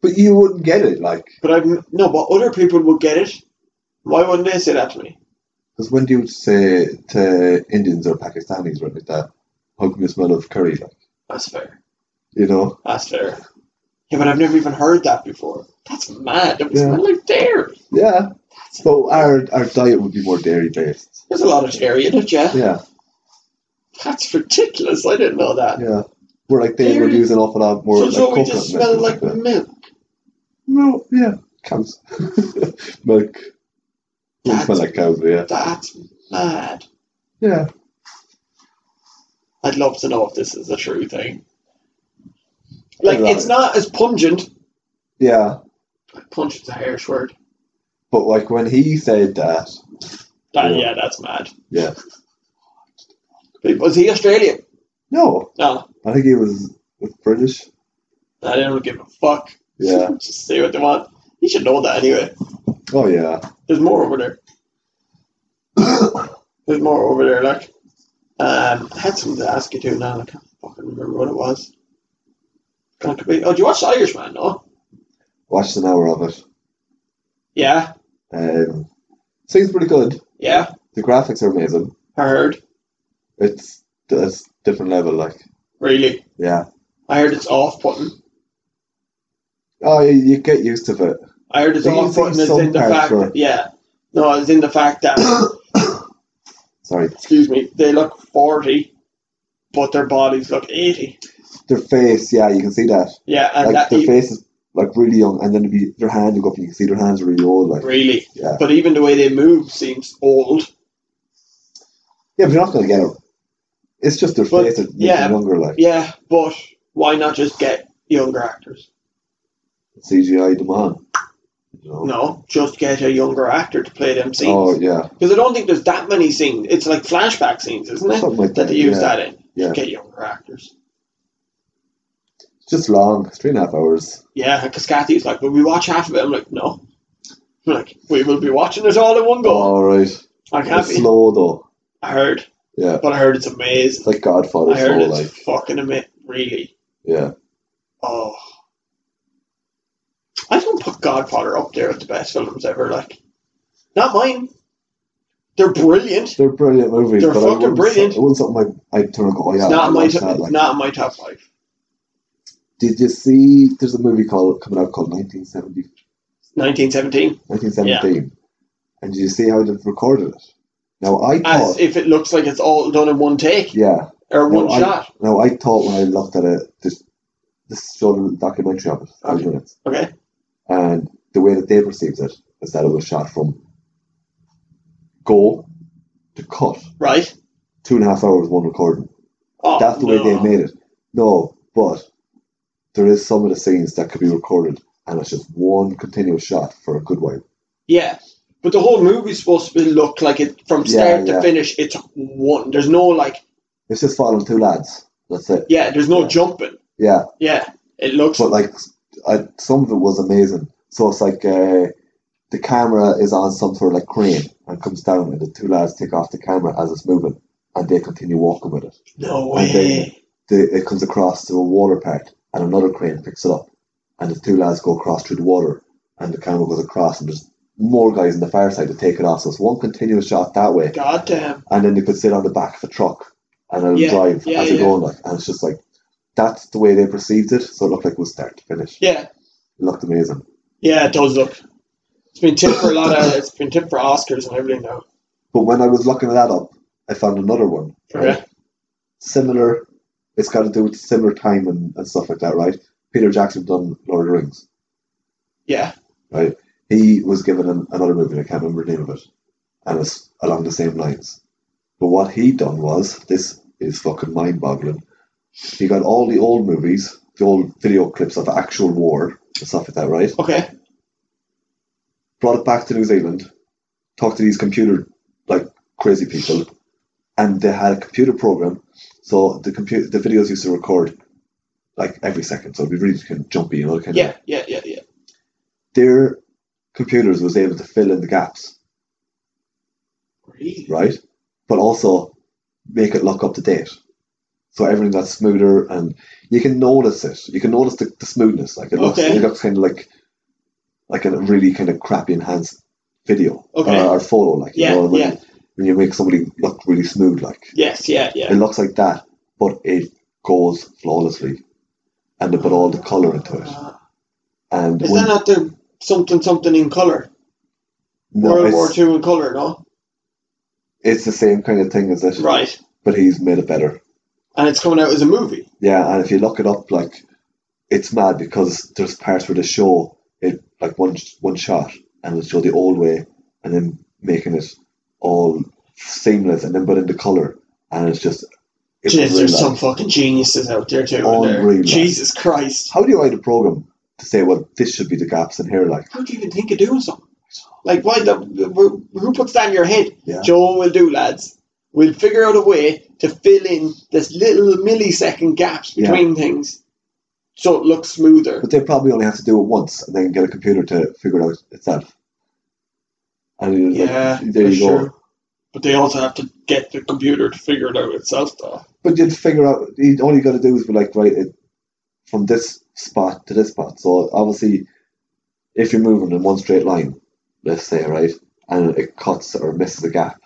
S1: But you wouldn't get it, like,
S2: But I've no, but other people would get it. Why wouldn't they say that to me?
S1: because when do you say to Indians or Pakistanis or anything like that, how come you smell of curry? Like,
S2: That's fair.
S1: you know,
S2: That's fair. Yeah, but I've never even heard that before. That's mad. That was
S1: Yeah.
S2: smell like dairy.
S1: yeah. So our our diet would be more dairy based.
S2: There's a lot of dairy in it, yeah.
S1: Yeah,
S2: That's ridiculous. I didn't know that.
S1: yeah. Where like they would
S2: Dairy?
S1: use an awful lot more
S2: so
S1: like
S2: so we
S1: coconut
S2: just
S1: milk
S2: smell
S1: and
S2: like
S1: stuff that.
S2: milk.
S1: [LAUGHS] no, yeah, cows, milk. Doesn't smell like cows, but yeah.
S2: That's mad.
S1: Yeah.
S2: I'd love to know if this is a true thing. Like,
S1: Right.
S2: it's not as pungent.
S1: Yeah.
S2: Pungent's a harsh word.
S1: But like when he said that,
S2: That,
S1: Yeah.
S2: yeah. that's mad.
S1: Yeah.
S2: But was he Australian?
S1: no,
S2: No,
S1: I think he was British.
S2: I didn't give a fuck.
S1: Yeah.
S2: [LAUGHS] Just say what they want. You should know that anyway.
S1: Oh yeah.
S2: There's more over there. [COUGHS] There's more over there, like. Um, I had something to ask you too now, and I can't fucking remember what it was. Can't be. Oh, do you watch The Irishman, no?
S1: Watched an hour of it.
S2: Yeah,
S1: Um, seems pretty good.
S2: yeah,
S1: The graphics are amazing.
S2: I heard.
S1: It's it's different level, like
S2: Really.
S1: yeah.
S2: I heard it's off putting.
S1: Oh, you, you get used to it.
S2: I heard it's
S1: They
S2: off
S1: use these
S2: putting is
S1: song
S2: in the
S1: parts
S2: fact
S1: for-
S2: that, yeah. No, it's in the fact that, [COUGHS]
S1: Sorry,
S2: excuse me, they look 40, but their bodies look 80.
S1: their face. Yeah, you can see that.
S2: Yeah, and
S1: like
S2: that e-
S1: their
S2: even,
S1: face is like really young, and then it'd be, their hand will go up, and you can see their hands are really old. Like
S2: really.
S1: yeah,
S2: But even the way they move seems old.
S1: yeah, but you're not gonna get them. It's just their
S2: But,
S1: face that makes
S2: yeah.
S1: them younger, like
S2: Yeah, but why not just get younger actors?
S1: CGI them on. You know?
S2: No, just get a younger actor to play them
S1: Oh
S2: scenes.
S1: yeah,
S2: Because I don't think there's that many scenes. It's like flashback scenes, isn't it?
S1: something like that.
S2: That they use
S1: yeah.
S2: that in.
S1: Yeah.
S2: Get younger actors.
S1: It's Just long, it's three and a half hours.
S2: Yeah, because Kathy's like, will we watch half of it? I'm like, no. I'm like, we will be watching it all in one go.
S1: All right, Oh,
S2: I'm
S1: it's
S2: happy.
S1: slow though.
S2: I heard,
S1: Yeah,
S2: but I heard it's
S1: it's
S2: amazing.
S1: like Godfather
S2: I heard
S1: slow,
S2: it's
S1: like
S2: fucking amazing. Really.
S1: yeah.
S2: Oh. I don't put Godfather up there with the best films ever. Like, not mine. They're brilliant.
S1: They're brilliant movies.
S2: They're
S1: but
S2: fucking
S1: I wouldn't-
S2: brilliant.
S1: It wasn't something I I turn and go, oh, yeah.
S2: it's
S1: I
S2: not my
S1: watched
S2: top.
S1: that,
S2: it's
S1: like.
S2: not my top five.
S1: Did you see? There's a movie called coming out called 1970,
S2: Nineteen seventeen.
S1: 1917. And did you see how they've recorded it? Now I
S2: As
S1: thought,
S2: if it looks like it's all done in one take
S1: yeah.
S2: or
S1: Oh. No,
S2: one
S1: I-
S2: shot.
S1: Now I thought when I looked at it, this this showed a documentary of it, five
S2: Okay.
S1: minutes,
S2: Okay.
S1: and the way that they perceived it is that it was shot from go to cut
S2: Right.
S1: two and a half hours one recording.
S2: Oh,
S1: That's the way they
S2: no.
S1: made it. No, but there is some of the scenes that could be recorded, and it's just one continuous shot for a good while.
S2: Yeah. But the whole movie's supposed to be look like it from
S1: Yeah,
S2: start to
S1: yeah.
S2: finish. It's one. There's no like.
S1: It's just following two lads. That's it.
S2: Yeah. There's no
S1: Yeah.
S2: jumping.
S1: Yeah,
S2: Yeah. It looks.
S1: but like, I, some of it was amazing. So it's like uh, the camera is on some sort of like crane and comes down, and the two lads take off the camera as it's moving, and they continue walking with it.
S2: no
S1: and then-
S2: way.
S1: The, it comes across to a water part, and another crane picks it up, and the two lads go across through the water, and the camera goes across, and there's more guys on the far side to take it off. So it's one continuous shot that way,
S2: God damn.
S1: and then they could sit on the back of a truck and it'll
S2: Yeah,
S1: drive
S2: yeah,
S1: as they're
S2: yeah.
S1: going like and it's just like that's the way they perceived it so it looked like it was start to finish it
S2: Yeah.
S1: looked amazing
S2: Yeah. It does look. It's been tipped for a lot of. It's been tipped for Oscars and everything now.
S1: but when I was looking that up I found another one
S2: Okay.
S1: right? similar it's got to do with similar time and, and stuff like that right Peter Jackson done Lord of the Rings
S2: Yeah.
S1: he was given an, another movie and I can't remember the name of it and it's along the same lines but what he done was this is fucking mind boggling he got all the old movies the old video clips of actual war and stuff like that right
S2: Okay.
S1: brought it back to New Zealand, talked to these computer like crazy people, and they had a computer program. So the computer, the videos used to record like every second, so it'd be really kind of jumpy and all kind
S2: Yeah.
S1: of.
S2: Yeah. Yeah. Yeah.
S1: Their computers was able to fill in the gaps,
S2: Really?
S1: right? But also make it look up to date. So everything got smoother, and you can notice it. You can notice the, the smoothness. Like it looks,
S2: Okay.
S1: it looks kind of like like a really kind of crappy enhanced video
S2: Okay.
S1: or, or photo. Like you
S2: Yeah,
S1: know, when,
S2: yeah.
S1: when you make somebody look really smooth, like
S2: Yes. Yeah.
S1: it
S2: Yeah.
S1: looks like that, but it goes flawlessly, and they put all the color into it.
S2: Uh,
S1: And
S2: Is
S1: when-
S2: that not the something something in color?
S1: no,
S2: World
S1: it's,
S2: War Two in color, no?
S1: it's the same kind of thing as it,
S2: Right.
S1: but he's made it better.
S2: And it's coming out as a movie.
S1: Yeah, and if you look it up, like it's mad because there's parts where they show it like one one shot and it'll show the old way and then making it all seamless and then put in the color, and it's just it's
S2: Jeez,
S1: unreal,
S2: there's
S1: like.
S2: some fucking geniuses out there too. in there.
S1: Unreal, like.
S2: Jesus Christ.
S1: How do you write a program to say, well, this should be the gaps in here? Like,
S2: How do you even think of doing something? Like, why the, who who puts that in your head?
S1: Yeah.
S2: Joe will do, lads. We'll figure out a way to fill in this little millisecond gaps
S1: Yeah.
S2: between things so it looks smoother.
S1: but they probably only have to do it once and then get a computer to figure it out itself. And you're like,
S2: Yeah,
S1: there
S2: for
S1: you go.
S2: sure. But they also have to get the computer to figure it out itself, though.
S1: But you'd figure out you, all you got to do is be like, right, it, from this spot to this spot. So obviously, if you're moving in one straight line, let's say, right, and it cuts or misses a gap,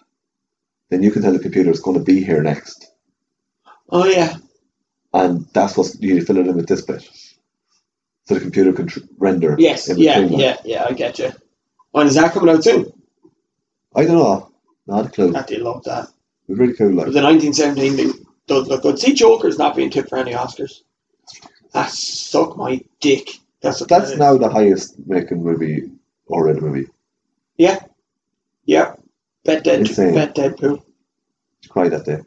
S1: then you can tell the computer it's going to be here next,
S2: Oh, yeah.
S1: and that's what you fill it in with this bit, so the computer can tr- render.
S2: Yes.
S1: in
S2: Yeah.
S1: between that.
S2: Yeah. Yeah. I get you. When is that coming out soon?
S1: I don't know, not a clue.
S2: I do love that.
S1: It's really cool. Like,
S2: But the 1917 thing does look good. See, Joker's not being tipped for any Oscars. That suck my dick. That's what
S1: that's
S2: that is.
S1: now the highest making movie or rated movie.
S2: Yep. Bet dead.
S1: Insane.
S2: Bet Deadpool.
S1: Cry that day.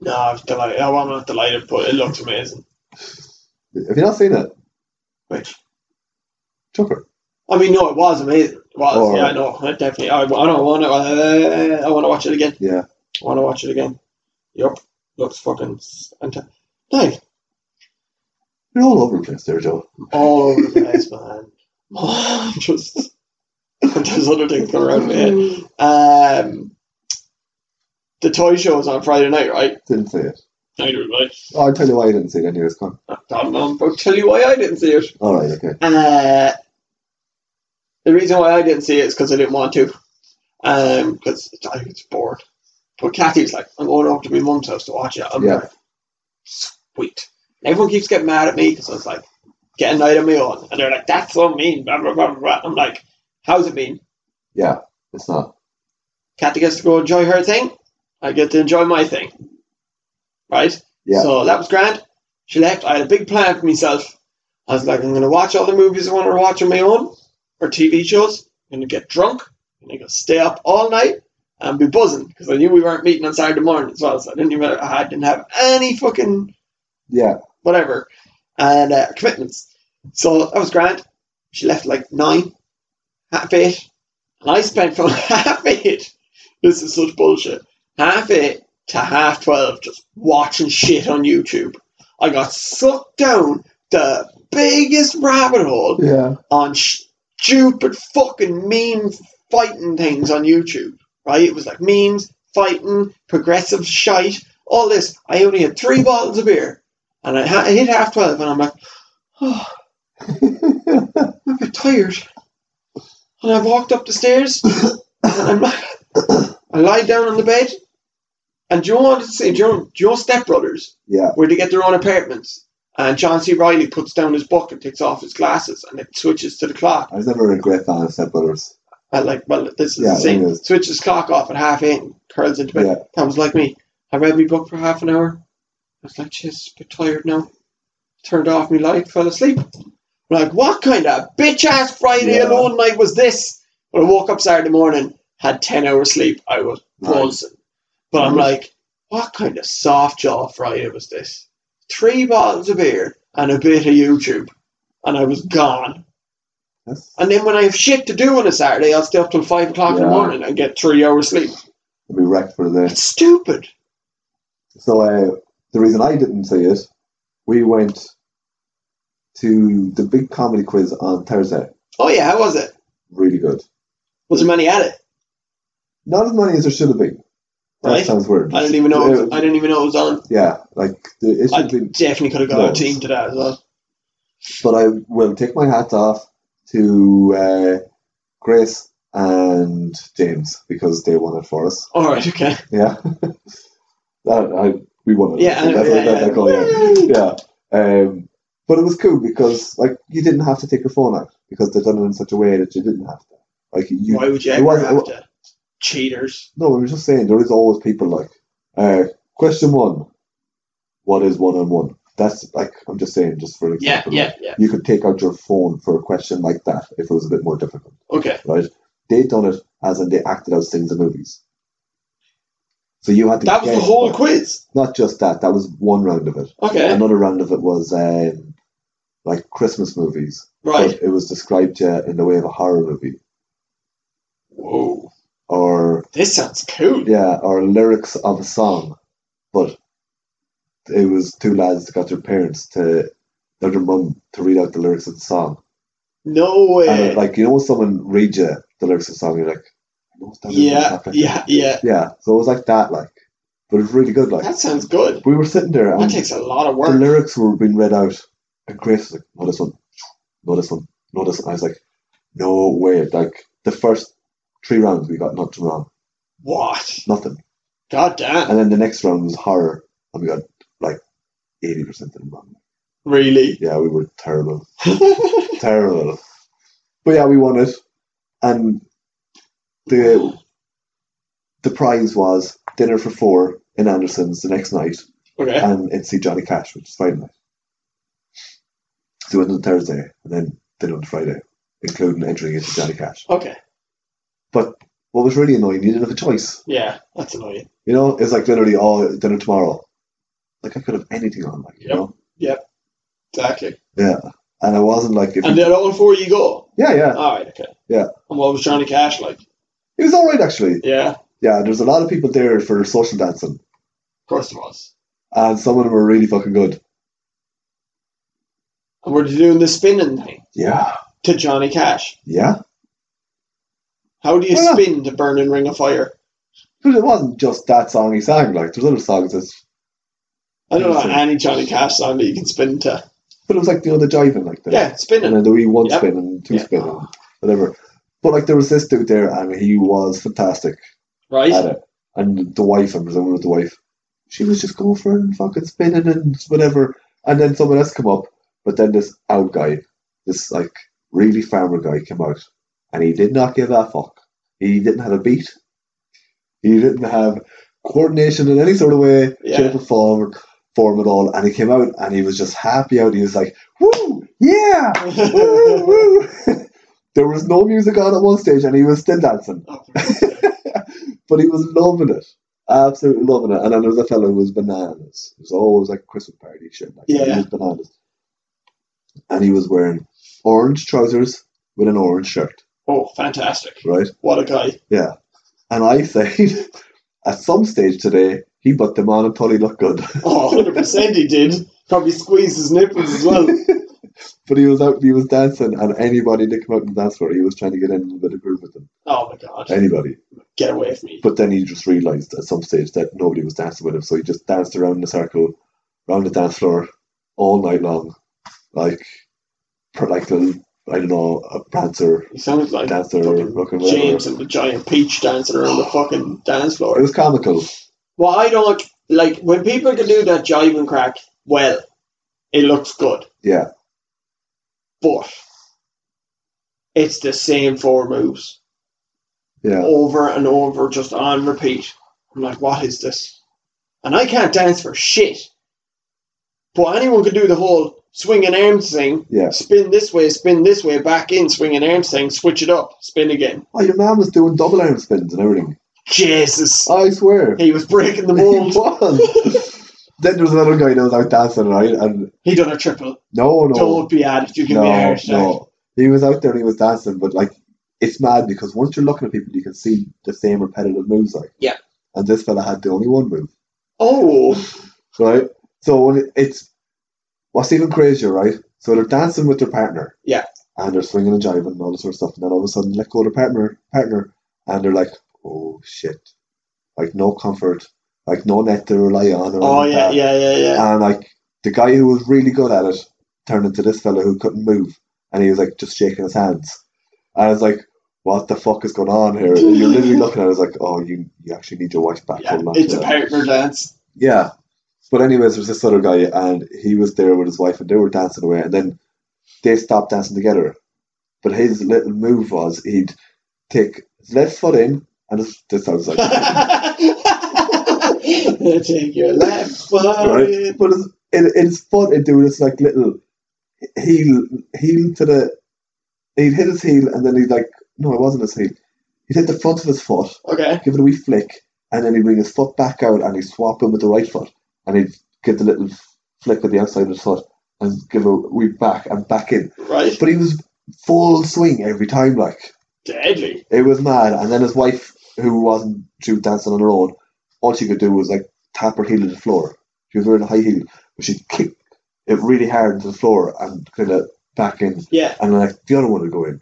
S2: No, I was delighted. Oh, I'm not delighted, but it looks amazing.
S1: Have you not seen it,
S2: Which
S1: Chucker?
S2: I mean, no, it was amazing. It was.
S1: Oh.
S2: yeah, I know. I definitely. I, I don't want to. Uh, I want to watch it again.
S1: Yeah.
S2: I want to watch it again. Yep. Looks fucking. s- Anta- Dave,
S1: You're all over the place there, Joe.
S2: all over the place, man. I'm [LAUGHS] just there's other things going around my head. Um, the toy show is on Friday night, right?
S1: Didn't see it.
S2: Neither did
S1: Oh, I'll tell you why I didn't see it anyway. It's gone.
S2: I. I don't know. I'll tell you why I didn't see it.
S1: All right, okay.
S2: Uh, the reason why I didn't see it is because I didn't want to. Um, because I was bored. But Kathy's like, I'm going over to my mum's house to watch it. I'm
S1: Yeah.
S2: like, sweet. And everyone keeps getting mad at me because I was like, get a night on my own. And they're like, that's so mean. Blah, blah, blah, blah. I'm like, how's it mean?
S1: Yeah, it's not.
S2: Kathy gets to go enjoy her thing. I get to enjoy my thing. Right?
S1: Yeah.
S2: So that was grand. She left. I had a big plan for myself. I was like, I'm going to watch all the movies I want to watch on my own or TV shows. I'm going to get drunk. I'm going to stay up all night and be buzzing because I knew we weren't meeting on Saturday morning as well. So I didn't even I didn't have any fucking
S1: Yeah,
S2: whatever, and uh, commitments. So that was grand. She left like nine, half eight, and I spent from [LAUGHS] half eight. This is such bullshit. Half eight to half twelve, just watching shit on YouTube. I got sucked down the biggest rabbit hole
S1: yeah,
S2: on stupid fucking meme fighting things on YouTube, right? It was like memes, fighting, progressive shite, all this. I only had three bottles of beer, and I, ha- I hit half 12, and I'm like, oh, I'm a bit tired. And I walked up the stairs, and I'm like, I lied down on the bed, and do you want to see, do you, know- do you know Step Brothers?
S1: yeah.
S2: where they get their own apartments. And John C. Riley puts down his book and takes off his glasses, and it switches to the clock.
S1: I was never a great fan of Step Brothers.
S2: I like, well, this is
S1: Yeah,
S2: the same.
S1: it is.
S2: Switches clock off at half eight and curls into bed.
S1: Yeah.
S2: That was like me. I read my book for half an hour. I was like, jeez, a bit tired now. Turned off my light, fell asleep. I'm like, what kind of bitch ass Friday
S1: Yeah.
S2: alone night was this? When I woke up Saturday morning, had 10 hours sleep. I was
S1: Right.
S2: buzzing. But I'm
S1: Nice.
S2: like, what kind of soft jaw Friday was this? Three bottles of beer and a bit of YouTube, and I was gone.
S1: Yes.
S2: And then when I have shit to do on a Saturday, I'll stay up till five o'clock in the
S1: Yeah.
S2: morning and get three hours sleep.
S1: I'd be wrecked for the day.
S2: It's stupid.
S1: So uh, the reason I didn't see it, we went to the big comedy quiz on Thursday.
S2: Oh yeah, how was it?
S1: Really good.
S2: Was there money at it?
S1: Not as many as there should have been. That
S2: Right.
S1: sounds weird. Uh,
S2: I didn't even know. It was, I didn't even know it was on.
S1: yeah, like the, it should
S2: I
S1: have been
S2: definitely could have got a
S1: No.
S2: team to that as well.
S1: but I will take my hat off to uh, Grace and James because they won it for us.
S2: All right, okay.
S1: Yeah, [LAUGHS] that I we won it.
S2: Yeah,
S1: So that's
S2: yeah,
S1: what- that-
S2: yeah.
S1: that goal, yeah. yeah. Um, but it was cool because like you didn't have to take your phone out because they done it in such a way that you didn't have to. Like you,
S2: Why would you
S1: it
S2: ever
S1: was- it
S2: have
S1: wa-
S2: to? Cheaters.
S1: no, I was just saying there is always people like. Uh, question one: What is one on one? That's like I'm just saying, just for
S2: Yeah,
S1: example.
S2: yeah, yeah.
S1: You could take out your phone for a question like that if it was a bit more difficult.
S2: Okay.
S1: They've done it as in they acted out scenes in movies. So you had to
S2: That was the
S1: guess-
S2: whole quiz.
S1: Not just that. That was one round of it.
S2: Okay,
S1: Another round of it was um, like Christmas movies,
S2: right.
S1: but it was described to you in the way of a horror movie,
S2: Whoa,
S1: or
S2: this sounds cool.
S1: yeah, or lyrics of a song, but it was two lads that got their parents to their mum to read out the lyrics of the song.
S2: No
S1: And
S2: way.
S1: it- like you know, when someone reads you the lyrics of the song, you're like, I know what that is, what's
S2: yeah,
S1: happening.
S2: yeah, yeah.
S1: yeah. So it was like that, like, but it was really good. Like
S2: That sounds good.
S1: we were sitting there
S2: That
S1: and
S2: takes a lot of
S1: the
S2: work.
S1: lyrics were being read out, and Grace was like, "No, this one, no, this one, no, this one." I was like, "No way!" Like the first three rounds, we got nothing wrong,
S2: What?
S1: nothing,
S2: God damn.
S1: and then the next round was horror, and we got like eighty percent of them wrong.
S2: Really?
S1: Yeah, we were terrible, terrible. But yeah, we won it, and the the prize was dinner for four in Anderson's the next night,
S2: okay.
S1: and it'd see Johnny Cash, which is Friday night. So we went on Thursday and then dinner on Friday, including entering into Johnny Cash.
S2: Okay.
S1: What was really annoying, you didn't have a choice.
S2: Yeah, that's annoying.
S1: You know, it's like literally all dinner tomorrow. Like I could have anything on, like you
S2: Yep.
S1: know,
S2: Exactly.
S1: and I wasn't like, if
S2: And
S1: you-
S2: then all four you go.
S1: yeah, yeah,
S2: All right. Okay.
S1: Yeah.
S2: And what was Johnny Cash like?
S1: it was all right actually.
S2: Yeah. Of
S1: Yeah, there's a lot of people there for social dancing,
S2: course it was.
S1: and some of them were really fucking good.
S2: And were they doing the spinning thing
S1: Yeah,
S2: to Johnny Cash?
S1: yeah,
S2: How do you
S1: Yeah.
S2: spin to burn in Ring of Fire?
S1: but it wasn't just that song he sang. Like there's other songs that's
S2: I don't know
S1: Sure.
S2: any Johnny Cash song that you can spin to.
S1: But it was like you know the jiving like the
S2: Yeah,
S1: and
S2: spinning.
S1: then the wee one
S2: Yep.
S1: spin and two
S2: Yeah.
S1: spin and whatever. But like there was this dude there and he was fantastic at
S2: Right?
S1: it. And the wife, I'm presuming it was the wife, she was just going for it and fucking spinning and whatever. And then someone else come up, but then this out guy, this like really farmer guy came out and he did not give a fuck. He didn't have a beat. He didn't have coordination in any sort of way,
S2: Yeah.
S1: shape or form, form at all. And he came out and he was just happy out. He was like, woo, yeah, woo, woo. there was no music on at one stage and he was still dancing but he was loving it, absolutely loving it. And then there was a fellow who was bananas. It was always like Christmas party shit. Like he
S2: Yeah.
S1: was bananas, and he was wearing orange trousers with an orange shirt,
S2: [LAUGHS] oh, fantastic.
S1: right?
S2: What a guy.
S1: And I said, [LAUGHS] at some stage today, he put them on and thought he looked good, [LAUGHS]
S2: Oh, 100% he did. Probably squeezed his nipples as well.
S1: but he was out, he was dancing, and anybody that came out and danced for it, he was trying to get in a little bit of groove with them.
S2: Oh my god.
S1: Anybody.
S2: Get away from me.
S1: But then he just realised at some stage that nobody was dancing with him, so he just danced around in a circle, around the dance floor, all night long, like, per, like a, I don't know, a prancer,
S2: He sounded like
S1: dancer,
S2: fucking
S1: rock and whatever.
S2: James and the giant peach dancing around the fucking dance
S1: It
S2: floor.
S1: was comical.
S2: Well, I don't like when people can do that jive and crack well, it looks good,
S1: Yeah,
S2: but it's the same four moves
S1: yeah.
S2: over and over, just on repeat. I'm like, what is this? And I can't dance for shit. But anyone can do the whole swing an arm thing,
S1: Yeah.
S2: spin this way, spin this way, back in, swing an arm thing, switch it up, spin again.
S1: Oh, your man was doing double arm spins and everything.
S2: Jesus.
S1: I swear.
S2: He was breaking
S1: [LAUGHS]
S2: the
S1: He
S2: mold.
S1: was. then there was another guy that was out dancing, right? And
S2: He done a triple.
S1: no, no.
S2: Don't be added. You can be
S1: no,
S2: Irish.
S1: no. He was out there and he was dancing, but like it's mad because once you're looking at people, you can see the same repetitive moves, like
S2: Yeah.
S1: And this fella had the only one move,
S2: Oh,
S1: right? So when it- it's what's even crazier, right? So they're dancing with their partner,
S2: Yeah.
S1: and they're swinging and jiving and all this sort of stuff, and then all of a sudden let go of their partner, partner, and they're like, oh shit, like no comfort, like no net to rely on. Or
S2: oh
S1: anything like
S2: yeah,
S1: that.
S2: yeah, yeah, yeah.
S1: And like the guy who was really good at it turned into this fella who couldn't move, and he was like just shaking his hands. And I was like, "What the fuck is going on here?" And you're literally looking at it it's like, "Oh, you you actually need your wife back."
S2: yeah
S1: Hold on
S2: it's
S1: to
S2: a
S1: that."
S2: partner dance. [LAUGHS]
S1: yeah. But anyways, there's this other guy, and he was there with his wife, and they were dancing away, and then they stopped dancing together. But his little move was he'd take his left foot in, and this, this sounds
S2: [LAUGHS]
S1: like
S2: Take your left foot.
S1: right? But it's, it, it's fun to do this like little heel heel to the he'd hit his heel and then he'd like no it wasn't his heel You take the front of his foot,
S2: Okay.
S1: give it a wee flick, and then he'd bring his foot back out and he'd swap him with the right foot. And he'd give the little flick with the outside of his foot and give a wee back and back in.
S2: Right.
S1: But he was full swing every time, like.
S2: Deadly.
S1: It was mad. And then his wife, who wasn't, she was dancing on her own, all she could do was like tap her heel to the floor. She was wearing a high heel, but she'd kick it really hard into the floor and kind of back in.
S2: Yeah.
S1: And like the other one would go in.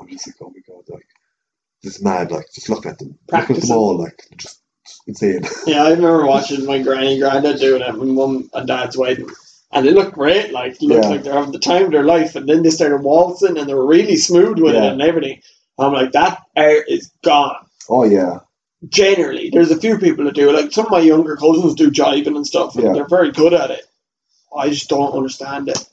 S1: I'm just like, oh my god, like this is mad, like just look at them. Look at
S2: Practicing.
S1: them all, like just insane. [LAUGHS]
S2: Yeah, I remember watching my granny and granddad doing it when mum and dad's wedding. And they looked great, like looked
S1: Yeah.
S2: like they're having the time of their life. And then they started waltzing and they were really smooth with
S1: Yeah.
S2: it and everything. I'm like, that air is gone.
S1: oh yeah.
S2: Generally, there's a few people that do it. Like some of my younger cousins do jiving and stuff, and
S1: Yeah.
S2: they're very good at it. I just don't understand it.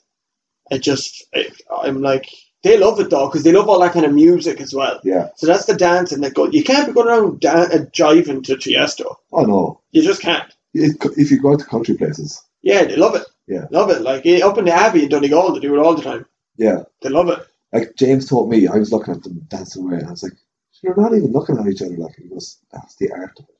S2: It just, it, I'm like, they love it though, because they love all that kind of music as well.
S1: Yeah.
S2: So that's the dancing that go. You can't be going around dan- uh, jiving to Tiesto.
S1: Oh no.
S2: You just can't.
S1: If, if you go to country places,
S2: Yeah, they love it.
S1: Yeah.
S2: Love it. Like eh, up in the Abbey in Donegal, they do it all the time.
S1: Yeah.
S2: They love it.
S1: like James taught me, I was looking at them dancing away and I was like, You're not even looking at each other like he goes, That's the art of it.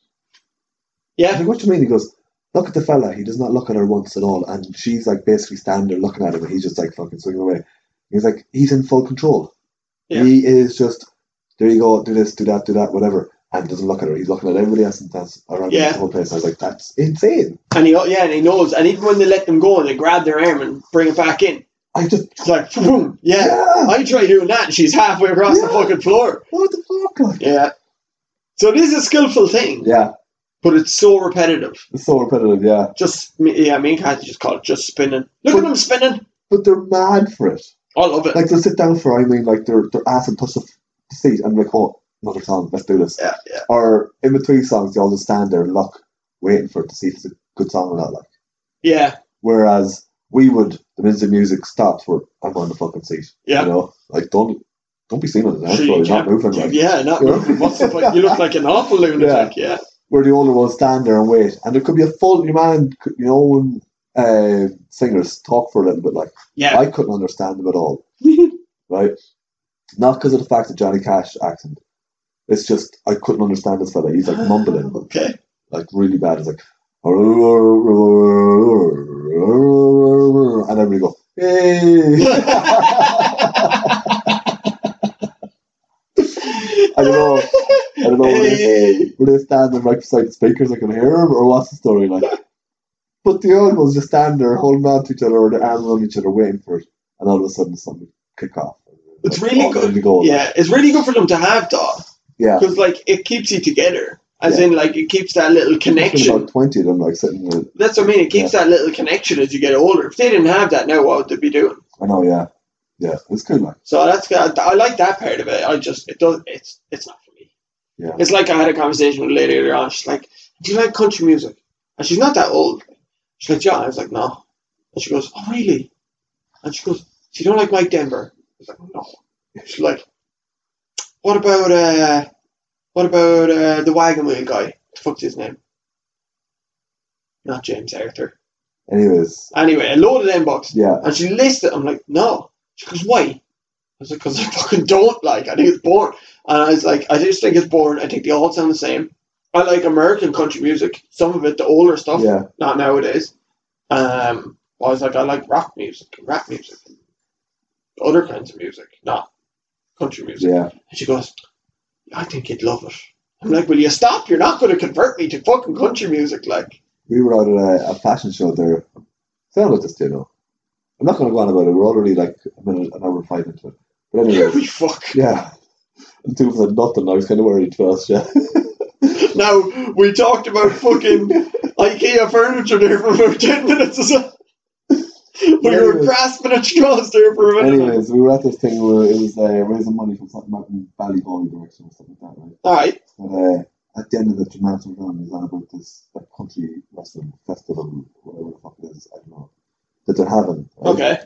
S1: I
S2: Yeah.
S1: said, What do you mean? He goes, Look at the fella, he does not look at her once at all and she's like basically standing there looking at him and he's just like fucking swinging away. He's like, He's in full control.
S2: Yeah.
S1: He is just there you go, do this, do that, do that, whatever. And doesn't look at her. He's looking at everybody else and that's around
S2: Yeah.
S1: the whole place. I was like, That's insane.
S2: And he yeah, and he knows. And even when they let them go and they grab their arm and bring it back in,
S1: I just
S2: it's like boom. Yeah.
S1: Yeah.
S2: I try doing that and she's halfway across the
S1: Yeah.
S2: fucking floor.
S1: What the fuck? [LAUGHS] Like,
S2: Yeah. So it is a skillful thing,
S1: yeah,
S2: but it's so repetitive.
S1: it's so repetitive, yeah.
S2: Just me yeah, me and Kathy just call it just spinning. Look at them spinning.
S1: But they're mad for it.
S2: I love it.
S1: Like they'll sit down for I mean like their their ass and touch the f- the seat and like, oh, another song, let's do this.
S2: yeah, yeah.
S1: Or in between songs they'll just stand there and look, waiting for it to see if it's a good song or not. Like
S2: Yeah.
S1: whereas we would the minute the music stops we're I'm on the fucking seat.
S2: Yeah.
S1: You know? Like don't don't be seen on the dance
S2: Sure, you
S1: floor, you're not
S2: can't-
S1: moving like
S2: Yeah, not moving. What's the point? You look like an
S1: [LAUGHS]
S2: awful lunatic, yeah.
S1: where the older ones stand there and wait. And there could be a full your man could- you know when uh, singers talk for a little bit like
S2: Yeah.
S1: I couldn't understand them at
S2: [LAUGHS]
S1: all. right? Not because of the fact of Johnny Cash accent. It's just I couldn't understand this fella. He's like
S2: [GASPS]
S1: mumbling, like,
S2: Okay.
S1: like really bad. He's like, and everybody go, hey. [LAUGHS] I don't know. I don't know.
S2: Hey.
S1: Were they standing right beside the speakers? I can hear them, or what's the story like? But the old ones just stand there, holding on to each other, or their arms on each other, waiting for it, and all of a sudden something kick off.
S2: It's really
S1: oh,
S2: good.
S1: there you go.
S2: Yeah, it's really good for them to have that
S1: yeah.
S2: because like it keeps you together. As
S1: Yeah.
S2: in, like it keeps that little
S1: There's
S2: connection.
S1: About twenty of them, like sitting. There.
S2: That's what I mean. It keeps that little connection as you get older. If they didn't have that now, what would they be doing?
S1: I know, yeah, yeah. It's good, like
S2: So that's good. I like that part of it. I just it does. It's it's not for me.
S1: Yeah.
S2: It's like I had a conversation with a lady earlier on. She's like, "Do you like country music?" And she's not that old. She's like, "Yeah." I was like, "No." And she goes, "Oh, really?" And she goes, "So you don't like Mike Denver?" I was like, "No." She's like, "What about uh, what about uh, the wagon wheel guy? What the fuck's his name?" Not James Arthur.
S1: anyways,
S2: Anyway, a load of them boxes.
S1: yeah,
S2: And she listed. I'm like, no. She goes, why? I was like, because I fucking don't like. I think it's boring. And I was like, I just think it's boring. I think they all sound the same. I like American country music. Some of it, the older stuff,
S1: yeah,
S2: not nowadays. Um, I was like, I like rock music, and rap music, and other kinds of music, not country music.
S1: yeah.
S2: And she goes, I think you'd love it. I'm like, will you stop? You're not going to convert me to fucking country music, like.
S1: We were out at a, a fashion show there. Tell about this, do you know? I'm not going to go on about it. We're already like a minute, an hour and five into it. But
S2: [LAUGHS]
S1: anyway,
S2: we fuck.
S1: yeah. And two of us had nothing. I was kind of worried for us, yeah.
S2: Now we talked about fucking IKEA furniture there for about ten minutes or so. [LAUGHS] We were
S1: Anyways.
S2: grasping at straws there for a minute.
S1: Anyways, we were at this thing where it was uh, raising money from something out in Ballybally direction or something like that, right?
S2: All right.
S1: But uh, at the end of the dramatic run, he's on about this like country wrestling festival, whatever the fuck it is, I don't know, that they're having. right?
S2: Okay.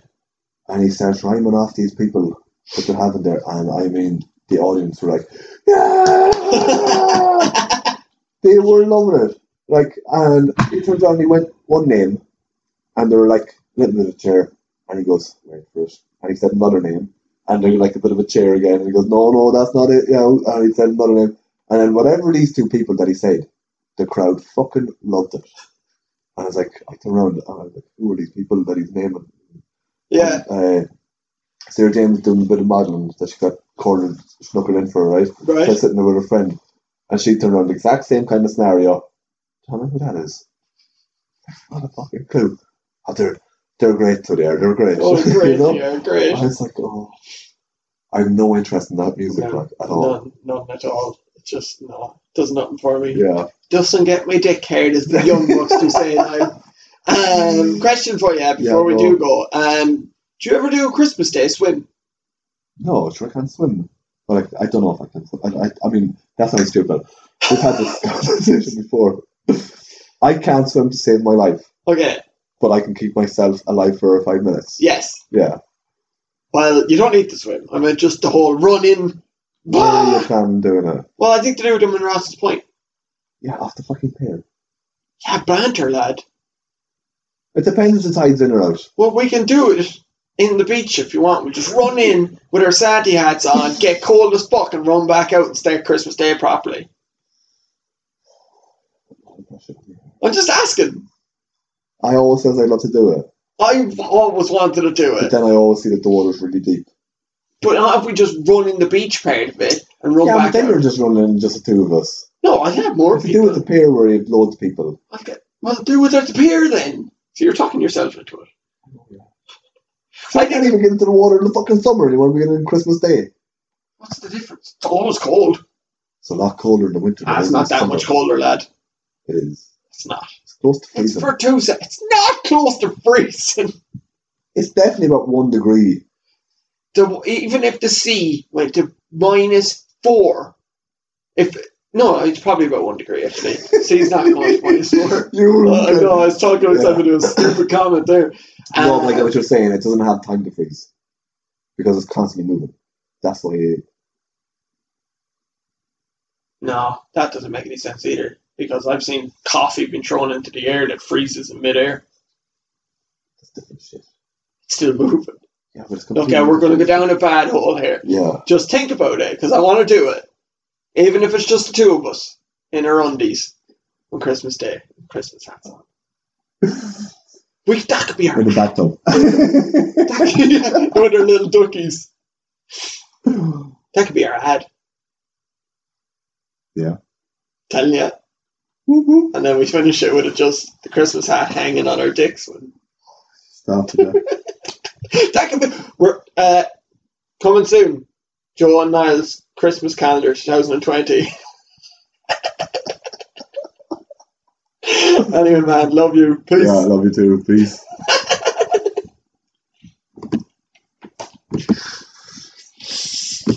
S1: and he starts rhyming off these people that they're having there, and I mean, the audience were like, yeah! they were loving it. Like, and it turns out he went one name, and they were like, little bit of chair, and he goes, wait for it, and he said another name, and they're like a bit of a cheer again. And he goes, no, no, that's not it. You know, and he said another name. And then whatever these two people that he said, the crowd fucking loved it. And I was like, I turned around and I was like, who are these people that he's naming?
S2: Yeah.
S1: And, uh, Sarah James doing a bit of modelling that she got cornered, snookered in for, right?
S2: Right.
S1: So I was sitting there with her friend, and she turned around the exact same kind of scenario. Do you know who that is? Not a fucking clue. Oh, they're, they're great today. They're great.
S2: Oh,
S1: [LAUGHS] You
S2: great.
S1: know?
S2: Yeah, great.
S1: I was like, oh, I have no interest in that music
S2: No,
S1: like, at all.
S2: None, none at all. It just, no. Does nothing for me.
S1: Yeah.
S2: Doesn't get my dick haired, as the young bucks [LAUGHS] do say now. Um, question for you before we
S1: go
S2: do go. Um, do you ever do a Christmas Day swim?
S1: No, sure I can swim. But I, I don't know if I can swim. I, I, I mean, that sounds stupid. We've had this [LAUGHS] conversation before. I can't swim to save my life,
S2: Okay,
S1: but I can keep myself alive for five minutes.
S2: yes.
S1: Yeah.
S2: Well, you don't need to swim. I mean, just the whole run in.
S1: Where are you
S2: well,
S1: planning on doing it?
S2: I think they do it in Ross's Point.
S1: Yeah, off the fucking pier.
S2: Yeah, banter, lad.
S1: It depends if the tide's in or out.
S2: Well, we can do it in the beach if you want. We'll just run in with our Sandy hats on, get cold as fuck, and run back out and start Christmas Day properly. I'm just asking.
S1: I always says I'd love to do it,
S2: I've always wanted to do
S1: but
S2: it.
S1: then I always see that the water's really deep.
S2: But not if we just run in the beach part of it and run
S1: yeah, but
S2: back
S1: then
S2: out.
S1: you're just running in just the two of us.
S2: No, I have more
S1: If you do it
S2: people.
S1: at the pier where you have loads of people,
S2: Okay. Well, do it at the pier then. So you're talking yourself into it.
S1: so I
S2: I
S1: can't
S2: think-
S1: even get into the water in the fucking summer. You want to get in Christmas Day?
S2: What's the difference? It's always cold.
S1: It's a lot colder in the winter. than
S2: Ah, it's
S1: it
S2: not
S1: is
S2: that
S1: summer.
S2: much colder, lad.
S1: It is.
S2: It's not.
S1: It's close to
S2: It's
S1: freezing.
S2: for two se- It's not close to freezing.
S1: It's definitely about one degree.
S2: [LAUGHS] The, even if the sea went to minus four, if no, it's probably about one degree actually. Sea's not going to minus [LAUGHS] four.
S1: You're
S2: Uh,
S1: right.
S2: no, I was talking myself into a stupid comment there.
S1: No, but I
S2: Uh,
S1: get what you're saying. It doesn't have time to freeze because it's constantly moving. That's why. It,
S2: No, that doesn't make any sense either. Because I've seen coffee being thrown into the air that freezes in midair.
S1: it's different shit.
S2: It's still moving.
S1: Yeah, but it's
S2: Okay, we're going to go down a bad hole here.
S1: Yeah,
S2: Just think about it, because I want to do it. Even if it's just the two of us in our undies on Christmas Day, Christmas hats on. we, that could be our.
S1: in the bathtub.
S2: That could, [LAUGHS] with our little duckies. That could be our ad.
S1: Yeah.
S2: Telling you. And then we finish it with just the Christmas hat hanging on our dicks.
S1: [LAUGHS] Stop
S2: [LAUGHS]
S1: it.
S2: that could be. We're uh, coming soon. Joe and Niles Christmas calendar 2020. [LAUGHS] anyway, man, love you. Peace.
S1: Yeah, I love you too. Peace.